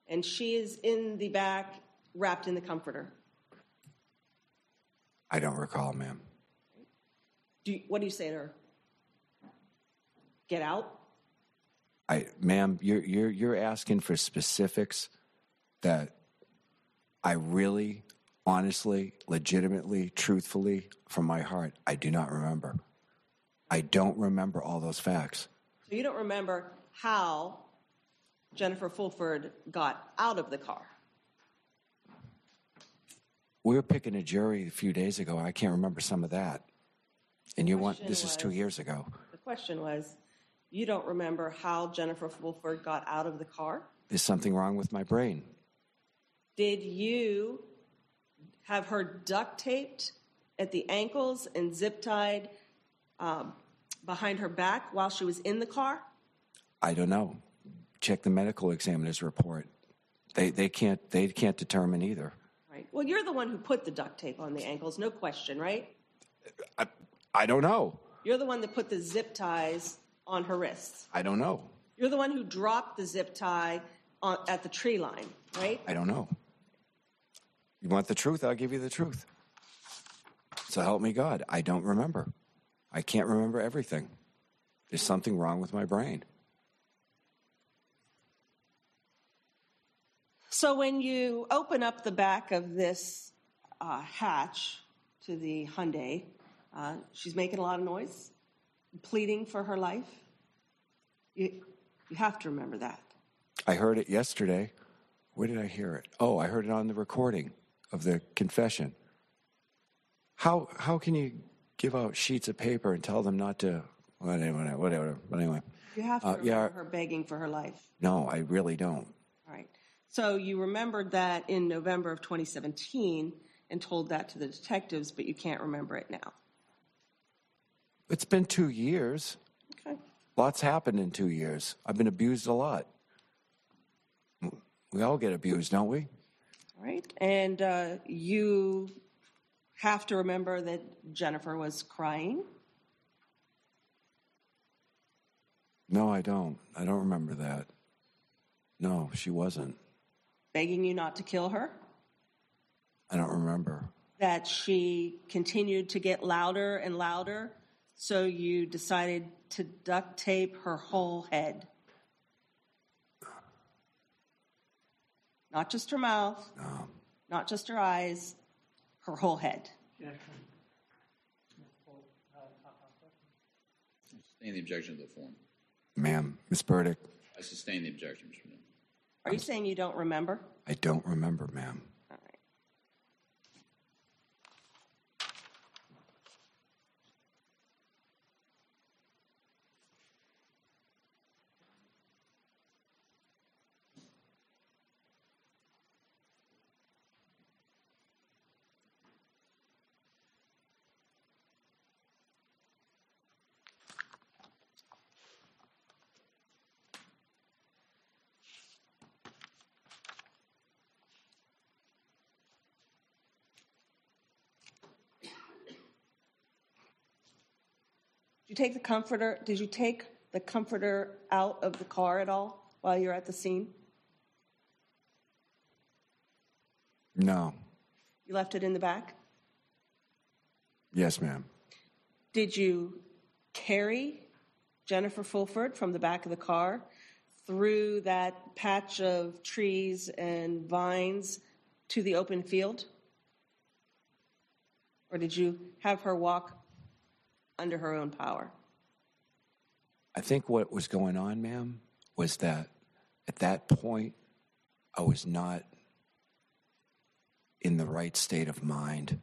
And she is in the back, wrapped in the comforter.
I don't recall, ma'am.
Do you, what do you say to her? Get out.
I, ma'am, you're you're you're asking for specifics that I really, honestly, legitimately, truthfully, from my heart, I do not remember. I don't remember all those facts.
So you don't remember how Jennifer Fulford got out of the car.
We were picking a jury a few days ago. I can't remember some of that. And you want
Question
this is two
was-
years ago.
The question was, you don't remember how Jennifer Fulford got out of the car?
There's something wrong with my brain.
Did you have her duct taped at the ankles and zip tied um, behind her back while she was in the car?
I don't know. Check the medical examiner's report. They they can't they can't determine either.
Right. Well, you're the one who put the duct tape on the ankles, no question, right?
I don't know.
You're the one that put the zip ties on her wrists.
I don't know.
You're the one who dropped the zip tie on, at the tree line, right?
I don't know. You want the truth? I'll give you the truth. So help me God. I don't remember. I can't remember everything. There's something wrong with my brain.
So when you open up the back of this uh, hatch to the Hyundai, uh, she's making a lot of noise, pleading for her life. You, you have to remember that.
I heard it yesterday. Where did I hear it? Oh, I heard it on the recording of the confession. How how can you give out sheets of paper and tell them not to? Well, anyway, whatever. But anyway,
You have to
Uh,
remember
yeah.
her begging for her life.
no, I really don't.
All right. So you remembered that in November of 2017 and told that to the detectives, but you can't remember it now.
It's been two years.
Okay.
Lots happened in two years. I've been abused a lot. We all get abused, don't we?
All right. And uh, you have to remember that Jennifer was crying.
No, I don't. I don't remember that. No, she wasn't.
begging you not to kill her,
I don't remember.
that she continued to get louder and louder, so you decided to duct tape her whole head. Not just her mouth,
No.
not just her eyes, her whole head.
Objection. Ms. Ford, uh, compound question.
Sustain the objection to the form.
Ma'am, Miss Burdick,
I sustain the objection, Mr. Chairman.
Are you saying you don't remember?
I don't remember, ma'am.
All right. you take the comforter, did you take the comforter out of the car at all while you're at the scene?
No.
You left it in the back?
Yes, ma'am.
Did you carry Jennifer Fulford from the back of the car through that patch of trees and vines to the open field? Or did you have her walk under her own power?
I think what was going on, ma'am, was that at that point, I was not in the right state of mind.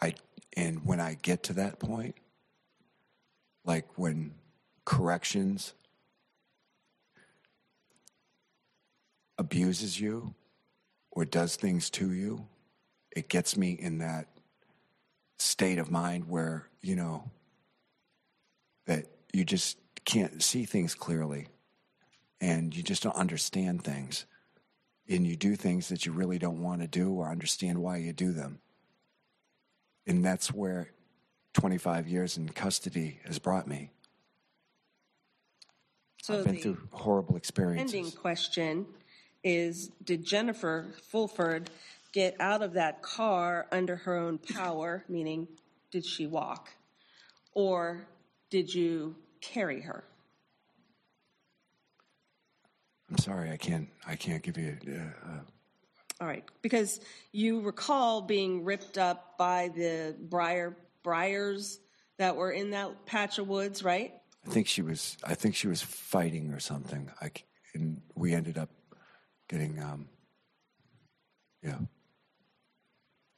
I and when I get to that point, like when corrections abuses you or does things to you, it gets me in that state of mind where, you know, that you just can't see things clearly and you just don't understand things and you do things that you really don't want to do or understand why you do them. And that's where 25 years in custody has brought me.
So
I've been
the
through horrible experiences.
ending question is Did Jennifer Fulford get out of that car under her own power, meaning did she walk? Or did you carry her?
I'm sorry, I can't. I can't give you. Uh, uh,
All right, because you recall being ripped up by the briar briars that were in that patch of woods, right?
I think she was. I think she was fighting or something. I c and we ended up getting. Um, yeah,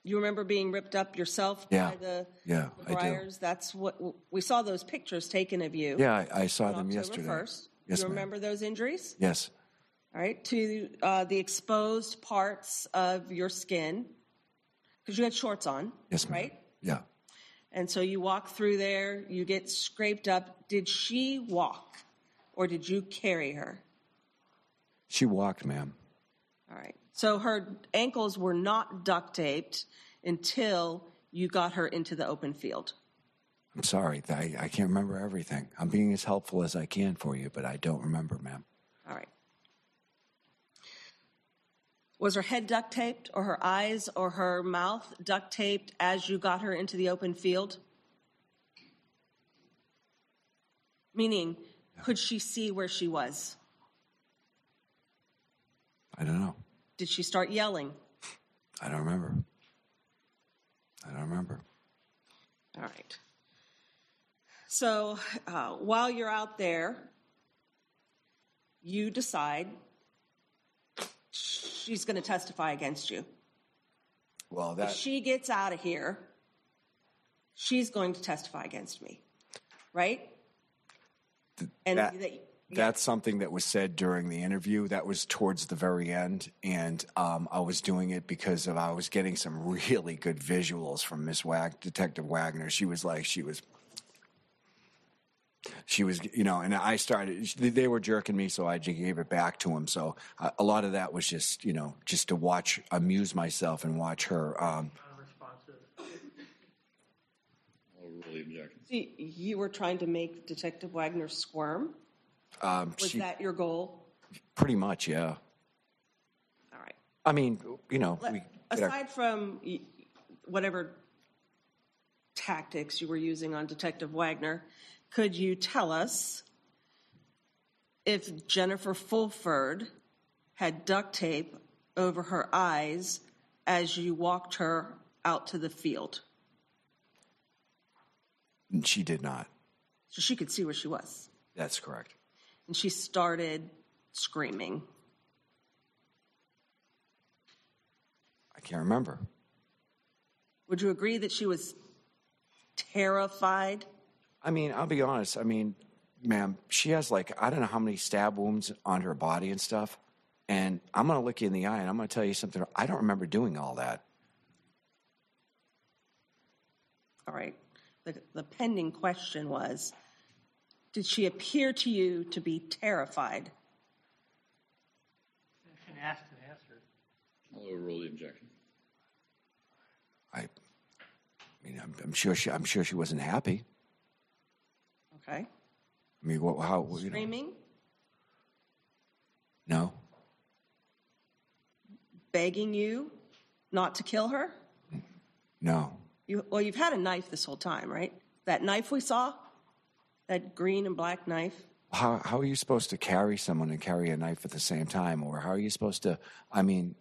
You remember being ripped up yourself
Yeah.
by the,
yeah,
the
I do.
briars. That's what we saw those pictures taken of you.
Yeah, I, I saw
on
them
October
yesterday.
1st.
Yes,
you
ma'am.
remember those injuries?
Yes,
All right, to uh, the exposed parts of your skin, because you had shorts on.
yes, ma'am.
Right?
Yeah,
And so you walk through there, you get scraped up. Did she walk or did you carry her?
she walked, ma'am.
All right. So her ankles were not duct taped until you got her into the open field.
I'm sorry. I, I can't remember everything. I'm being as helpful as I can for you, but I don't remember, ma'am.
All right. Was her head duct taped or her eyes or her mouth duct taped as you got her into the open field? Meaning, could she see where she was?
I don't know.
Did she start yelling?
I don't remember. I don't remember.
All right. So uh, while you're out there, you decide she's going to testify against you.
Well,
If she gets out of here, she's going to testify against me, right? and
that-
that,
That's something that was said during the interview. That was towards the very end, and um, I was doing it because of I was getting some really good visuals from Miss Wag, Detective Wagner. She was like, she was, she was, you know, and I started. They were jerking me, so I just gave it back to him. So uh, a lot of that was just, you know, just to watch, amuse myself, and watch her. Um,
unresponsive.
All really objection.
you, you were trying to make Detective Wagner squirm.
um,
Was
she
that your goal?
pretty much, yeah.
All right.
I mean, you know,
Let-
we get our-
aside from y- whatever tactics you were using on Detective Wagner, could you tell us if Jennifer Fulford had duct tape over her eyes as you walked her out to the field?
she did not.
So she could see where she was.
That's correct.
And she started screaming.
I can't remember.
Would you agree that she was terrified?
I mean, I'll be honest. I mean, ma'am, she has like I don't know how many stab wounds on her body and stuff. And I'm gonna look you in the eye and I'm gonna tell you something. I don't remember doing all that.
All right. The, the pending question was Did she appear to you to be terrified?
It's an asked and answered.
I'll overrule the objection.
I, I mean, I'm, I'm sure she. I'm sure she wasn't happy.
Okay.
I mean, what, how, you know,
Screaming,
no,
begging you not to kill her.
no.
You, well, you've had a knife this whole time, right? That knife we saw, that green and black knife.
How, how are you supposed to carry someone and carry a knife at the same time? Or how are you supposed to, I mean,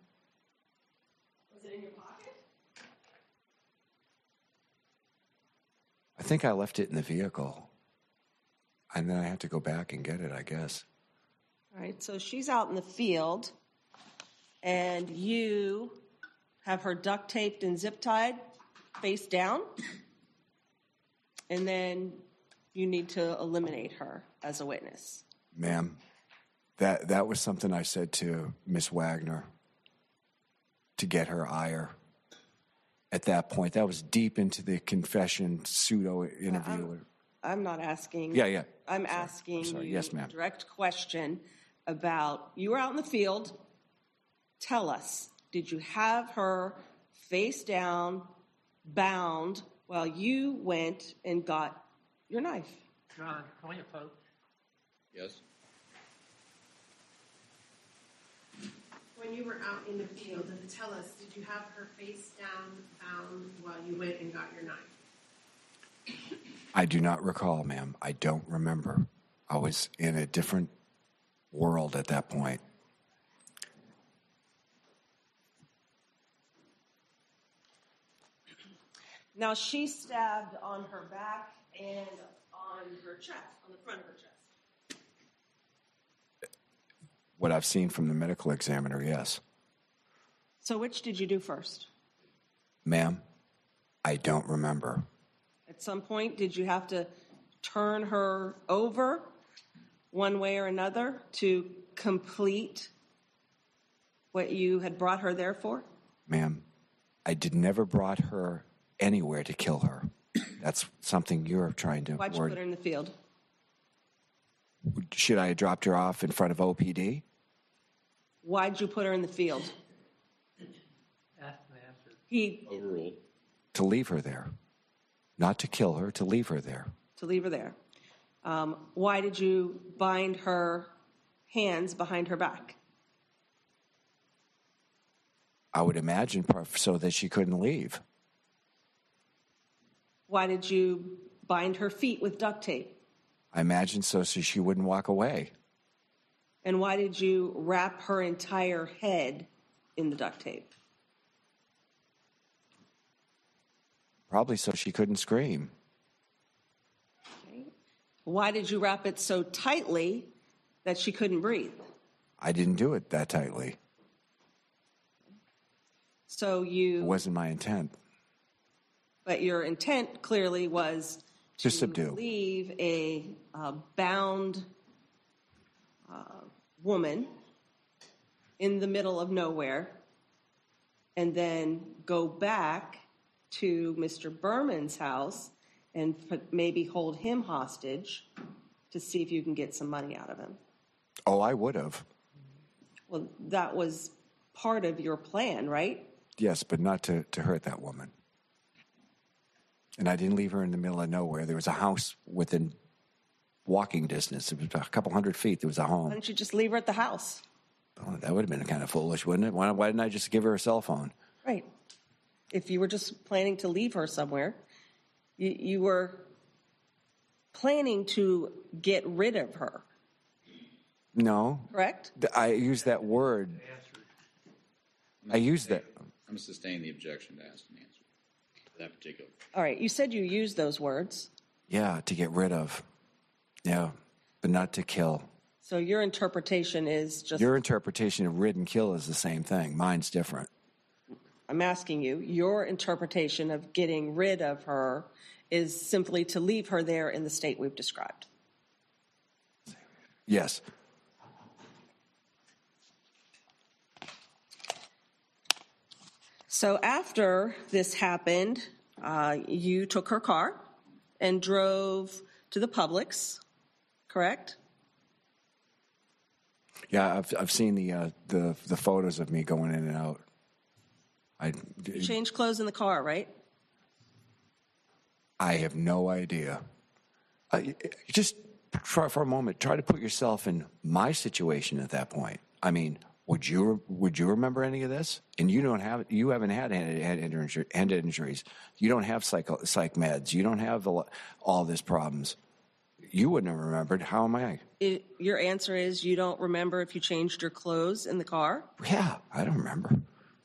Was it in your pocket?
I think I left it in the vehicle. And then I had to go back and get it, I guess.
All right, so she's out in the field, and you have her duct taped and zip tied face down, and then you need to eliminate her as a witness.
Ma'am, that, that was something I said to Miss Wagner to get her ire. At that point, that was deep into the confession pseudo interview.
Uh-huh.
I'm not asking.
Yeah, yeah.
I'm asking
sorry.
you
Yes, ma'am.
a direct question about you were out in the field. Tell us, did you have her face down, bound, while you went and got your knife?
Your Honor, can we vote?
Yes.
When you were out in the field, and tell us, did you have her face down, bound, while you went and got your knife?
I do not recall, ma'am. I don't remember. I was in a different world at that point.
Now she's stabbed on her back and on her chest, on the front of her chest.
What I've seen from the medical examiner, yes.
So which did you do first?
Ma'am, I don't remember.
At some point, did you have to turn her over one way or another to complete what you had brought her there for?
Ma'am, I did never brought her anywhere to kill her. That's something you're trying to
Why'd you put her
word.
in the field?
Should I have dropped her off in front of OPD?
Why'd you put her in the field?
Ask and answer.
He
Overruled.
To leave her there. Not to kill her, to leave her there.
to leave her there. Um, why did you bind her hands behind her back?
I would imagine pro- so that she couldn't leave.
Why did you bind her feet with duct tape?
I imagine so so she wouldn't walk away.
And why did you wrap her entire head in the duct tape?
Probably so she couldn't scream.
Why did you wrap it so tightly that she couldn't breathe?
I didn't do it that tightly.
So
It
you,
wasn't my intent.
but your intent clearly was
To subdue.
leave a uh, bound uh, woman in the middle of nowhere, and then go back to Mr. Berman's house and put, maybe hold him hostage to see if you can get some money out of him.
Oh, I would have.
Well, that was part of your plan, right?
Yes, but not to, to hurt that woman. And I didn't leave her in the middle of nowhere. There was a house within walking distance. It was a couple hundred feet. There was a
Why
home.
don't you just leave her at the house?
Oh, that would have been kind of foolish, wouldn't it? Why, why didn't I just give her a cell phone?
Right. If you were just planning to leave her somewhere, you, you were planning to get rid of her,
No.
correct?
Th- I used that word. I used that.
I'm sustaining the objection to ask and answer. That particular.
All right. You said you used those words.
Yeah, to get rid of. Yeah, but not to kill.
So your interpretation is just
Your interpretation of rid and kill is the same thing. Mine's different.
I'm asking you, your interpretation of getting rid of her is simply to leave her there in the state we've described.
Yes.
So after this happened, uh, you took her car and drove to the Publix, correct?
Yeah, I've I've seen the uh, the the photos of me going in and out. I
Changed clothes in the car, right?
I have no idea. Uh, y- just try for a moment. Try to put yourself in my situation at that point. I mean, would you would you remember any of this? And you don't have you haven't had hand, hand, injury, hand injuries. You don't have psych psych meds. You don't have a lo- all these problems. You wouldn't have remembered. How am I?
It, your answer is you don't remember if you changed your clothes in the car.
Yeah, I don't remember.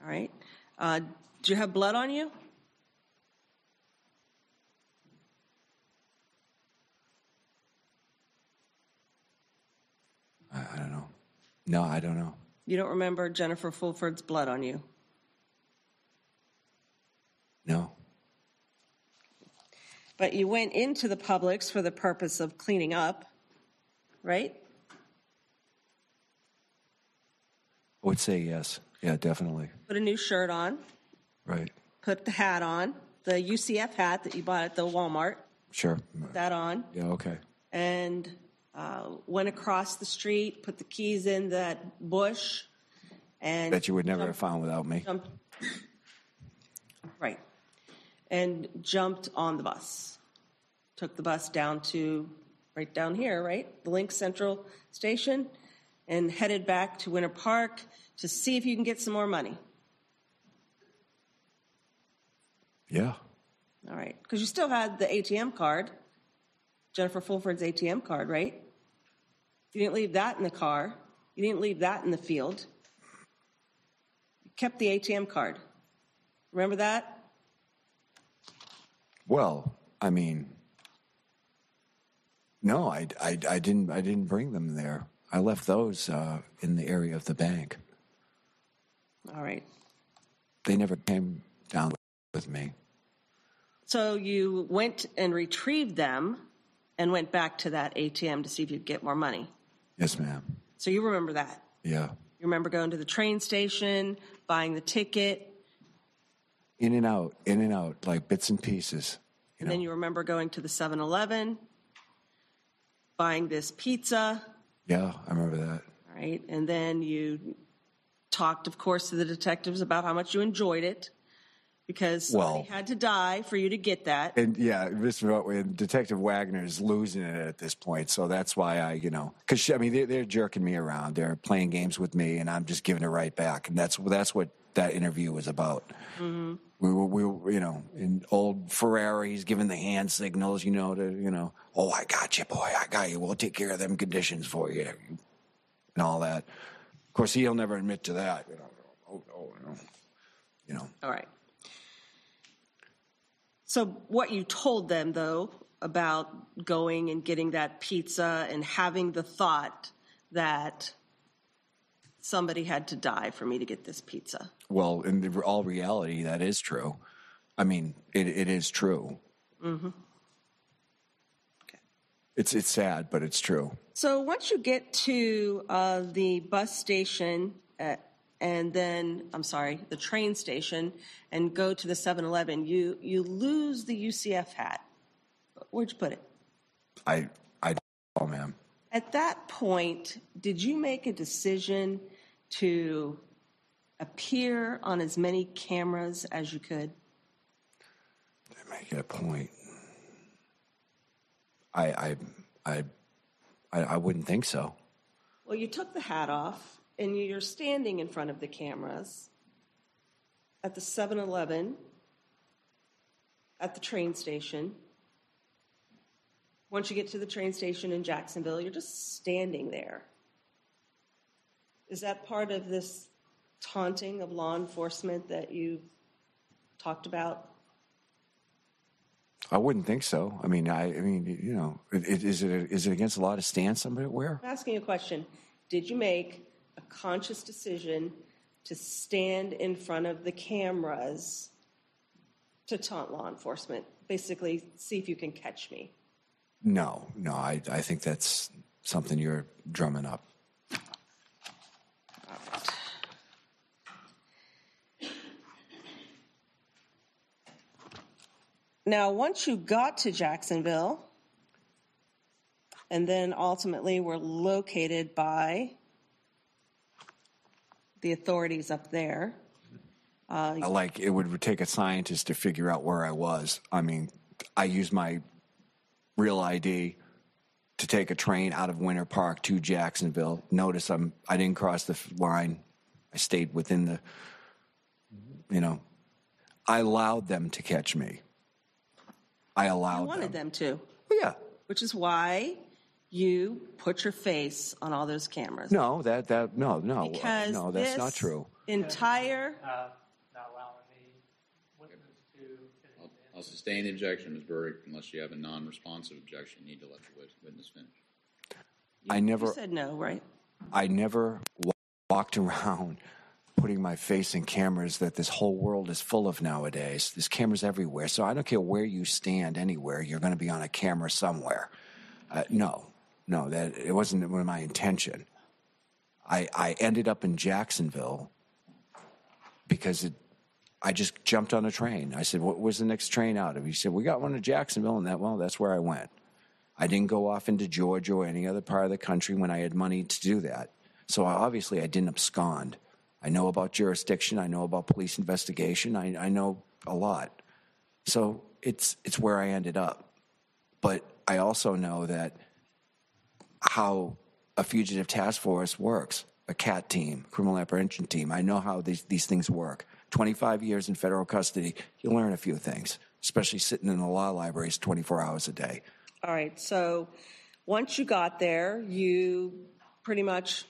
All right. Uh, do you have blood on you?
I, I don't know. No, I don't know.
You don't remember Jennifer Fulford's blood on you.
No.
But you went into the Publix for the purpose of cleaning up, right?
I would say yes. Yeah, definitely.
Put a new shirt on,
Right.
put the hat on, the UCF hat that you bought at the Walmart,
Sure.
put that on,
Yeah. Okay.
and uh, went across the street, put the keys in that bush, and
That you would never have found without me.
jumped right and jumped on the bus took the bus down to right down here right the link central station and headed back to winter park to see if you can get some more money
Yeah.
all right because you still had the atm card jennifer fulford's atm card right you didn't leave that in the car you didn't leave that in the field you kept the atm card remember that
Well, I mean, no, I, I, I didn't I didn't bring them there. I left those uh, in the area of the bank.
all right
They never came down with me.
So you went and retrieved them and went back to that ATM to see if you'd get more money.
Yes, ma'am.
So you remember that.
Yeah.
You remember going to the train station, buying the ticket,
In and out, in and out, like bits and pieces. You
and
know.
then you remember going to the 7 Eleven, buying this pizza,
yeah, I remember that.
right? And then you talked, of course, to the detectives about how much you enjoyed it because
Well-
somebody had to die for you to get that.
And yeah, Mr. Ro- and Detective Wagner is losing it at this point, so that's why I, you know, because I mean they're, they're jerking me around, they're playing games with me, and I'm just giving it right back, and that's that's what that interview was about. We were, we were, you know, in old Ferrari, he's giving the hand signals, you know, to you know, oh, I got you, boy, I got you. We'll take care of them conditions for you, and all that. Of course, he'll never admit to that, you know. Oh, oh, no. You know,
All right. So what you told them though about going and getting that pizza and having the thought that somebody had to die for me to get this pizza.
well, in the, all reality, that is true. I mean, it, it is true.
Okay.
It's it's sad, but it's true.
So once you get to uh, the bus station at, and then I'm sorry, the train station and go to the 7-Eleven, you you lose the UCF hat. Where'd you put it?
I I oh man,
At that point, did you make a decision to appear on as many cameras as you could?
I make a point. I I I I, I wouldn't think so.
Well, you took the hat off and you're standing in front of the cameras at the 7 Eleven, at the train station. Once you get to the train station in Jacksonville, you're just standing there. Is that part of this taunting of law enforcement that you've talked about?
I wouldn't think so. I mean, I, I mean, you know, i- i- is it is it against the law to stand somebody at where?
I'm asking you a question. Did you make a conscious decision to stand in front of the cameras to taunt law enforcement? Basically, see if you can catch me.
No, no. I I think that's something you're drumming up.
Now, once you got to Jacksonville, and then ultimately were located by the authorities up there,
like it would take a scientist to figure out where I was. I mean, I used my real ID to take a train out of Winter Park to Jacksonville. Notice I'm I didn't cross the f- line. I stayed within the you know I allowed them to catch me. I allowed
I wanted them
them.
to,
Well, yeah.
which is why you put your face on all those cameras.
No, that that no, no. uh,
because
no, that's
this
not true.
Entire
uh, not allowing the witness to finish
I'll-
the
I'll sustain the objection, Ms. Burdick, unless you have a non-responsive objection. You need to let the wit- witness finish.
I never
you said no, right?
I never wa- walked around putting my face in cameras that this whole world is full of nowadays. There's cameras everywhere. So I don't care where you stand anywhere, you're going to be on a camera somewhere. Uh, no, no, that it wasn't one of my intention. I, I ended up in Jacksonville because it, I just jumped on a train. I said, "What was the next train out of?" He said, "We got one to Jacksonville," and that well, that's where I went. I didn't go off into Georgia or any other part of the country when I had money to do that. So I- obviously, I didn't abscond. I know about jurisdiction. I know about police investigation. I, I know a lot. So it's it's where I ended up. But I also know that how a fugitive task force works, a CAT team, criminal apprehension team. I know how these, these things work. 25 years in federal custody, you learn a few things, especially sitting in the law libraries 24 hours a day.
All right, so once you got there, you pretty much,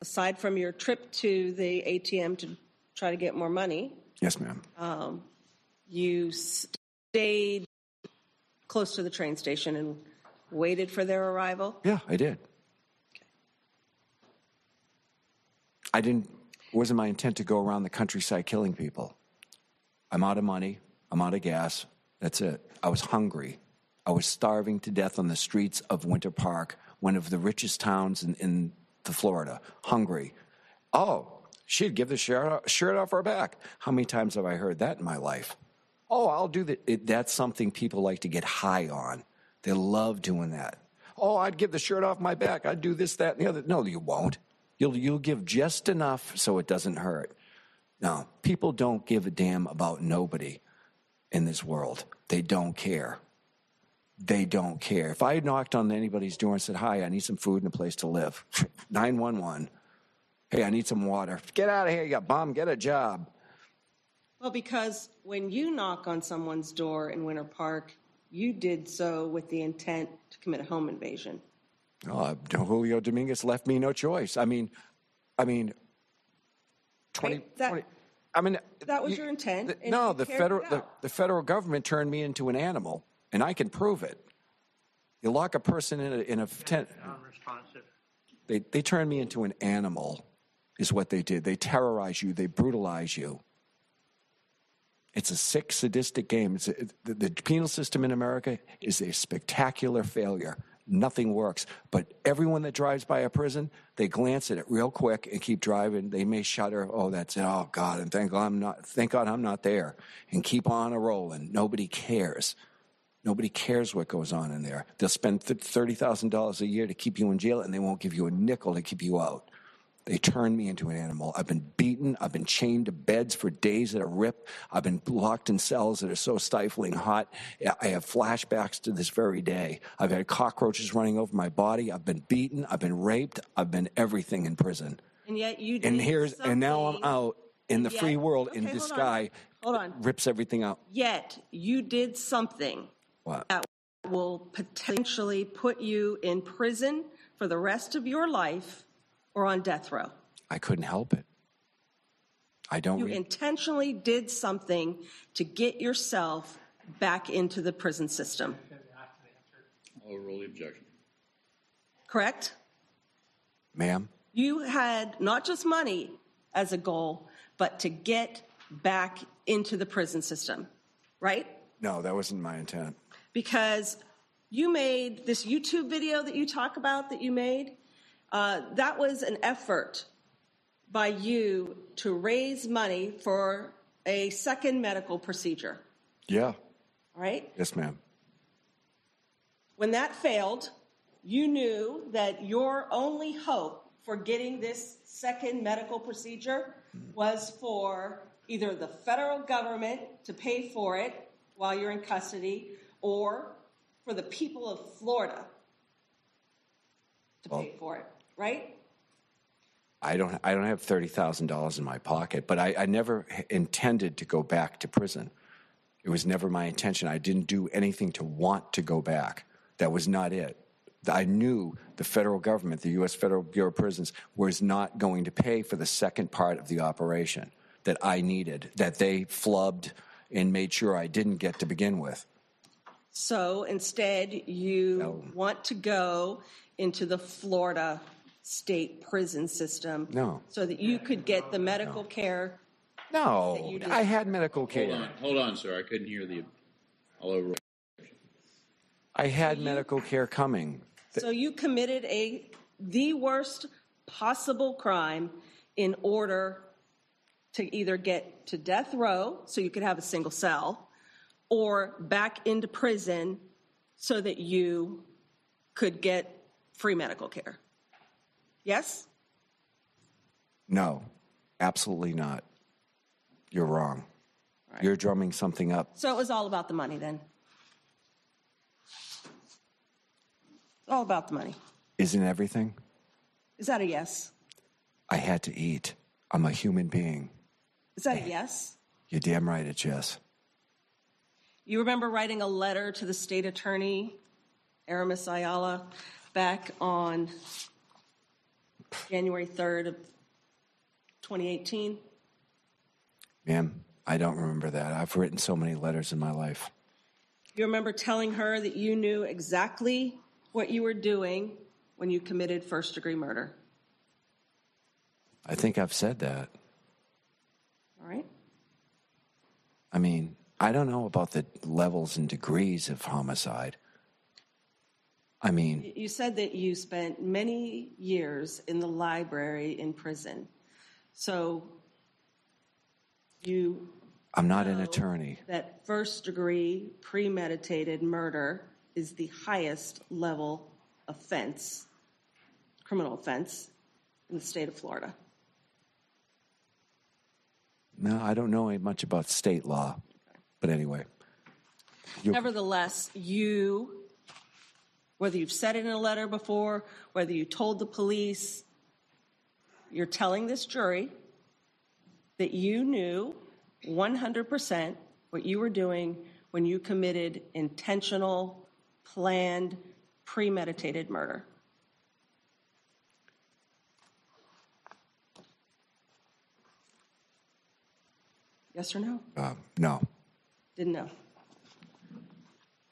aside from your trip to the ATM to try to get more money,
Yes, ma'am.
you stayed close to the train station and waited for their arrival.
Yeah, I did. I didn't. It wasn't my intent to go around the countryside killing people. I'm out of money. I'm out of gas. That's it. I was hungry. I was starving to death on the streets of Winter Park, one of the richest towns in, in the Florida. Hungry. Oh, she'd give the shirt, shirt off her back. How many times have I heard that in my life? Oh, I'll do that. It, that's something people like to get high on. They love doing that. Oh, I'd give the shirt off my back. I'd do this, that, and the other. No, you won't. You'll, you'll give just enough so it doesn't hurt. No, people don't give a damn about nobody in this world. They don't care. They don't care. If I had knocked on anybody's door and said, Hi, I need some food and a place to live, 911. Hey, I need some water. Get out of here, you bum. Get a job.
Well, because when you knock on someone's door in Winter Park, you did so with the intent to commit a home invasion.
Oh, Julio Dominguez left me no choice. I mean, I mean, 20,
Right, that-
20 I mean,
That was your intent,
the-
and
no,
you
the
carried
federal
it
the,
out.
the federal government turned me into an animal, and I can prove it. You lock a person in a, in a tent,
non-responsive.
they they turn me into an animal, is what they did. They terrorize you. They brutalize you. It's a sick, sadistic game. It's a, it- the, the penal system in America is a spectacular failure. Nothing works. But everyone that drives by a prison, they glance at it real quick and keep driving. They may shudder, "Oh, that's it. Oh God!" And thank God I'm not. Thank God I'm not there. And keep on a rolling. Nobody cares. Nobody cares what goes on in there. They'll spend th- thirty thousand dollars a year to keep you in jail, and they won't give you a nickel to keep you out. They turned me into an animal. I've been beaten. I've been chained to beds for days at a rip. I've been locked in cells that are so stifling hot. I have flashbacks to this very day. I've had cockroaches running over my body. I've been beaten. I've been raped. I've been everything in prison.
And yet you did
And here's and now I'm
something-
out in the
Yet-
free world, and
Okay,
this
hold on.
guy
Hold on.
rips everything out.
Yet you did something
What?
will potentially put you in prison for the rest of your life or on death row.
I couldn't help it. I don't.
You
re-
intentionally did something to get yourself back into the prison system,
I'll overrule the objection.
correct?
ma'am.
You had not just money as a goal, but to get back into the prison system, right?
No, that wasn't my intent.
Because you made this YouTube video that you talk about that you made, uh, that was an effort by you to raise money for a second medical procedure,
Yeah.
all right?
Yes, ma'am.
When that failed, you knew that your only hope for getting this second medical procedure was for either the federal government to pay for it while you're in custody or for the people of Florida to pay for it, right?
I don't, I don't have $30,000 in my pocket, but I, I never h- intended to go back to prison. It was never my intention. I didn't do anything to want to go back. That was not it. I knew the federal government, the U.S. Federal Bureau of Prisons, was not going to pay for the second part of the operation that I needed, that they flubbed and made sure I didn't get to begin with.
So instead, you
No.
want to go into the Florida state prison system.
No.
So that you could get the medical care.
No, I had medical
Hold on,
care.
hold on, sir, I couldn't hear the, all over.
I had medical care coming.
So you committed a, the worst possible crime in order to either get to death row, so you could have a single cell, or back into prison so that you could get free medical care. Yes?
No, absolutely not. You're wrong. You're drumming something up.
So it was all about the money then. All about the money.
Isn't everything?
Is that a yes?
I had to eat. I'm a human being.
Is that a yes?
You're damn right it's yes.
You remember writing a letter to the state attorney, Aramis Ayala, back on January 3rd of 2018?
Ma'am, I don't remember that. I've written so many letters in my life.
You remember telling her that you knew exactly what you were doing when you committed first degree murder?
I think I've said that.
All right?
I mean, I don't know about the levels and degrees of homicide. I mean,
You said that you spent many years in the library in prison. So you
I'm not an attorney.
that first degree premeditated murder is the highest level offense, criminal offense in the state of Florida.
No, I don't know much about state law. But anyway,
Nevertheless, you, whether you've said it in a letter before, whether you told the police, you're telling this jury that you knew 100% what you were doing when you committed intentional, planned, premeditated murder. Yes or no?
uh, no.
Didn't know.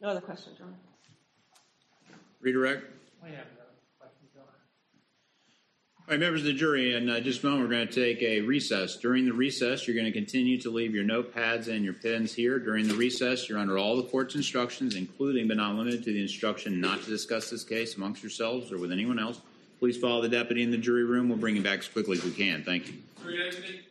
No other questions, Your Honor.
Redirect?
We have no questions, Your Honor.
All right, members of the jury, in uh, just a moment, we're going to take a recess. During the recess, you're going to continue to leave your notepads and your pens here. During the recess, you're under all the court's instructions, including but not limited to the instruction not to discuss this case amongst yourselves or with anyone else. Please follow the deputy in the jury room. We'll bring you back as quickly as we can. Thank you.
Three, I think.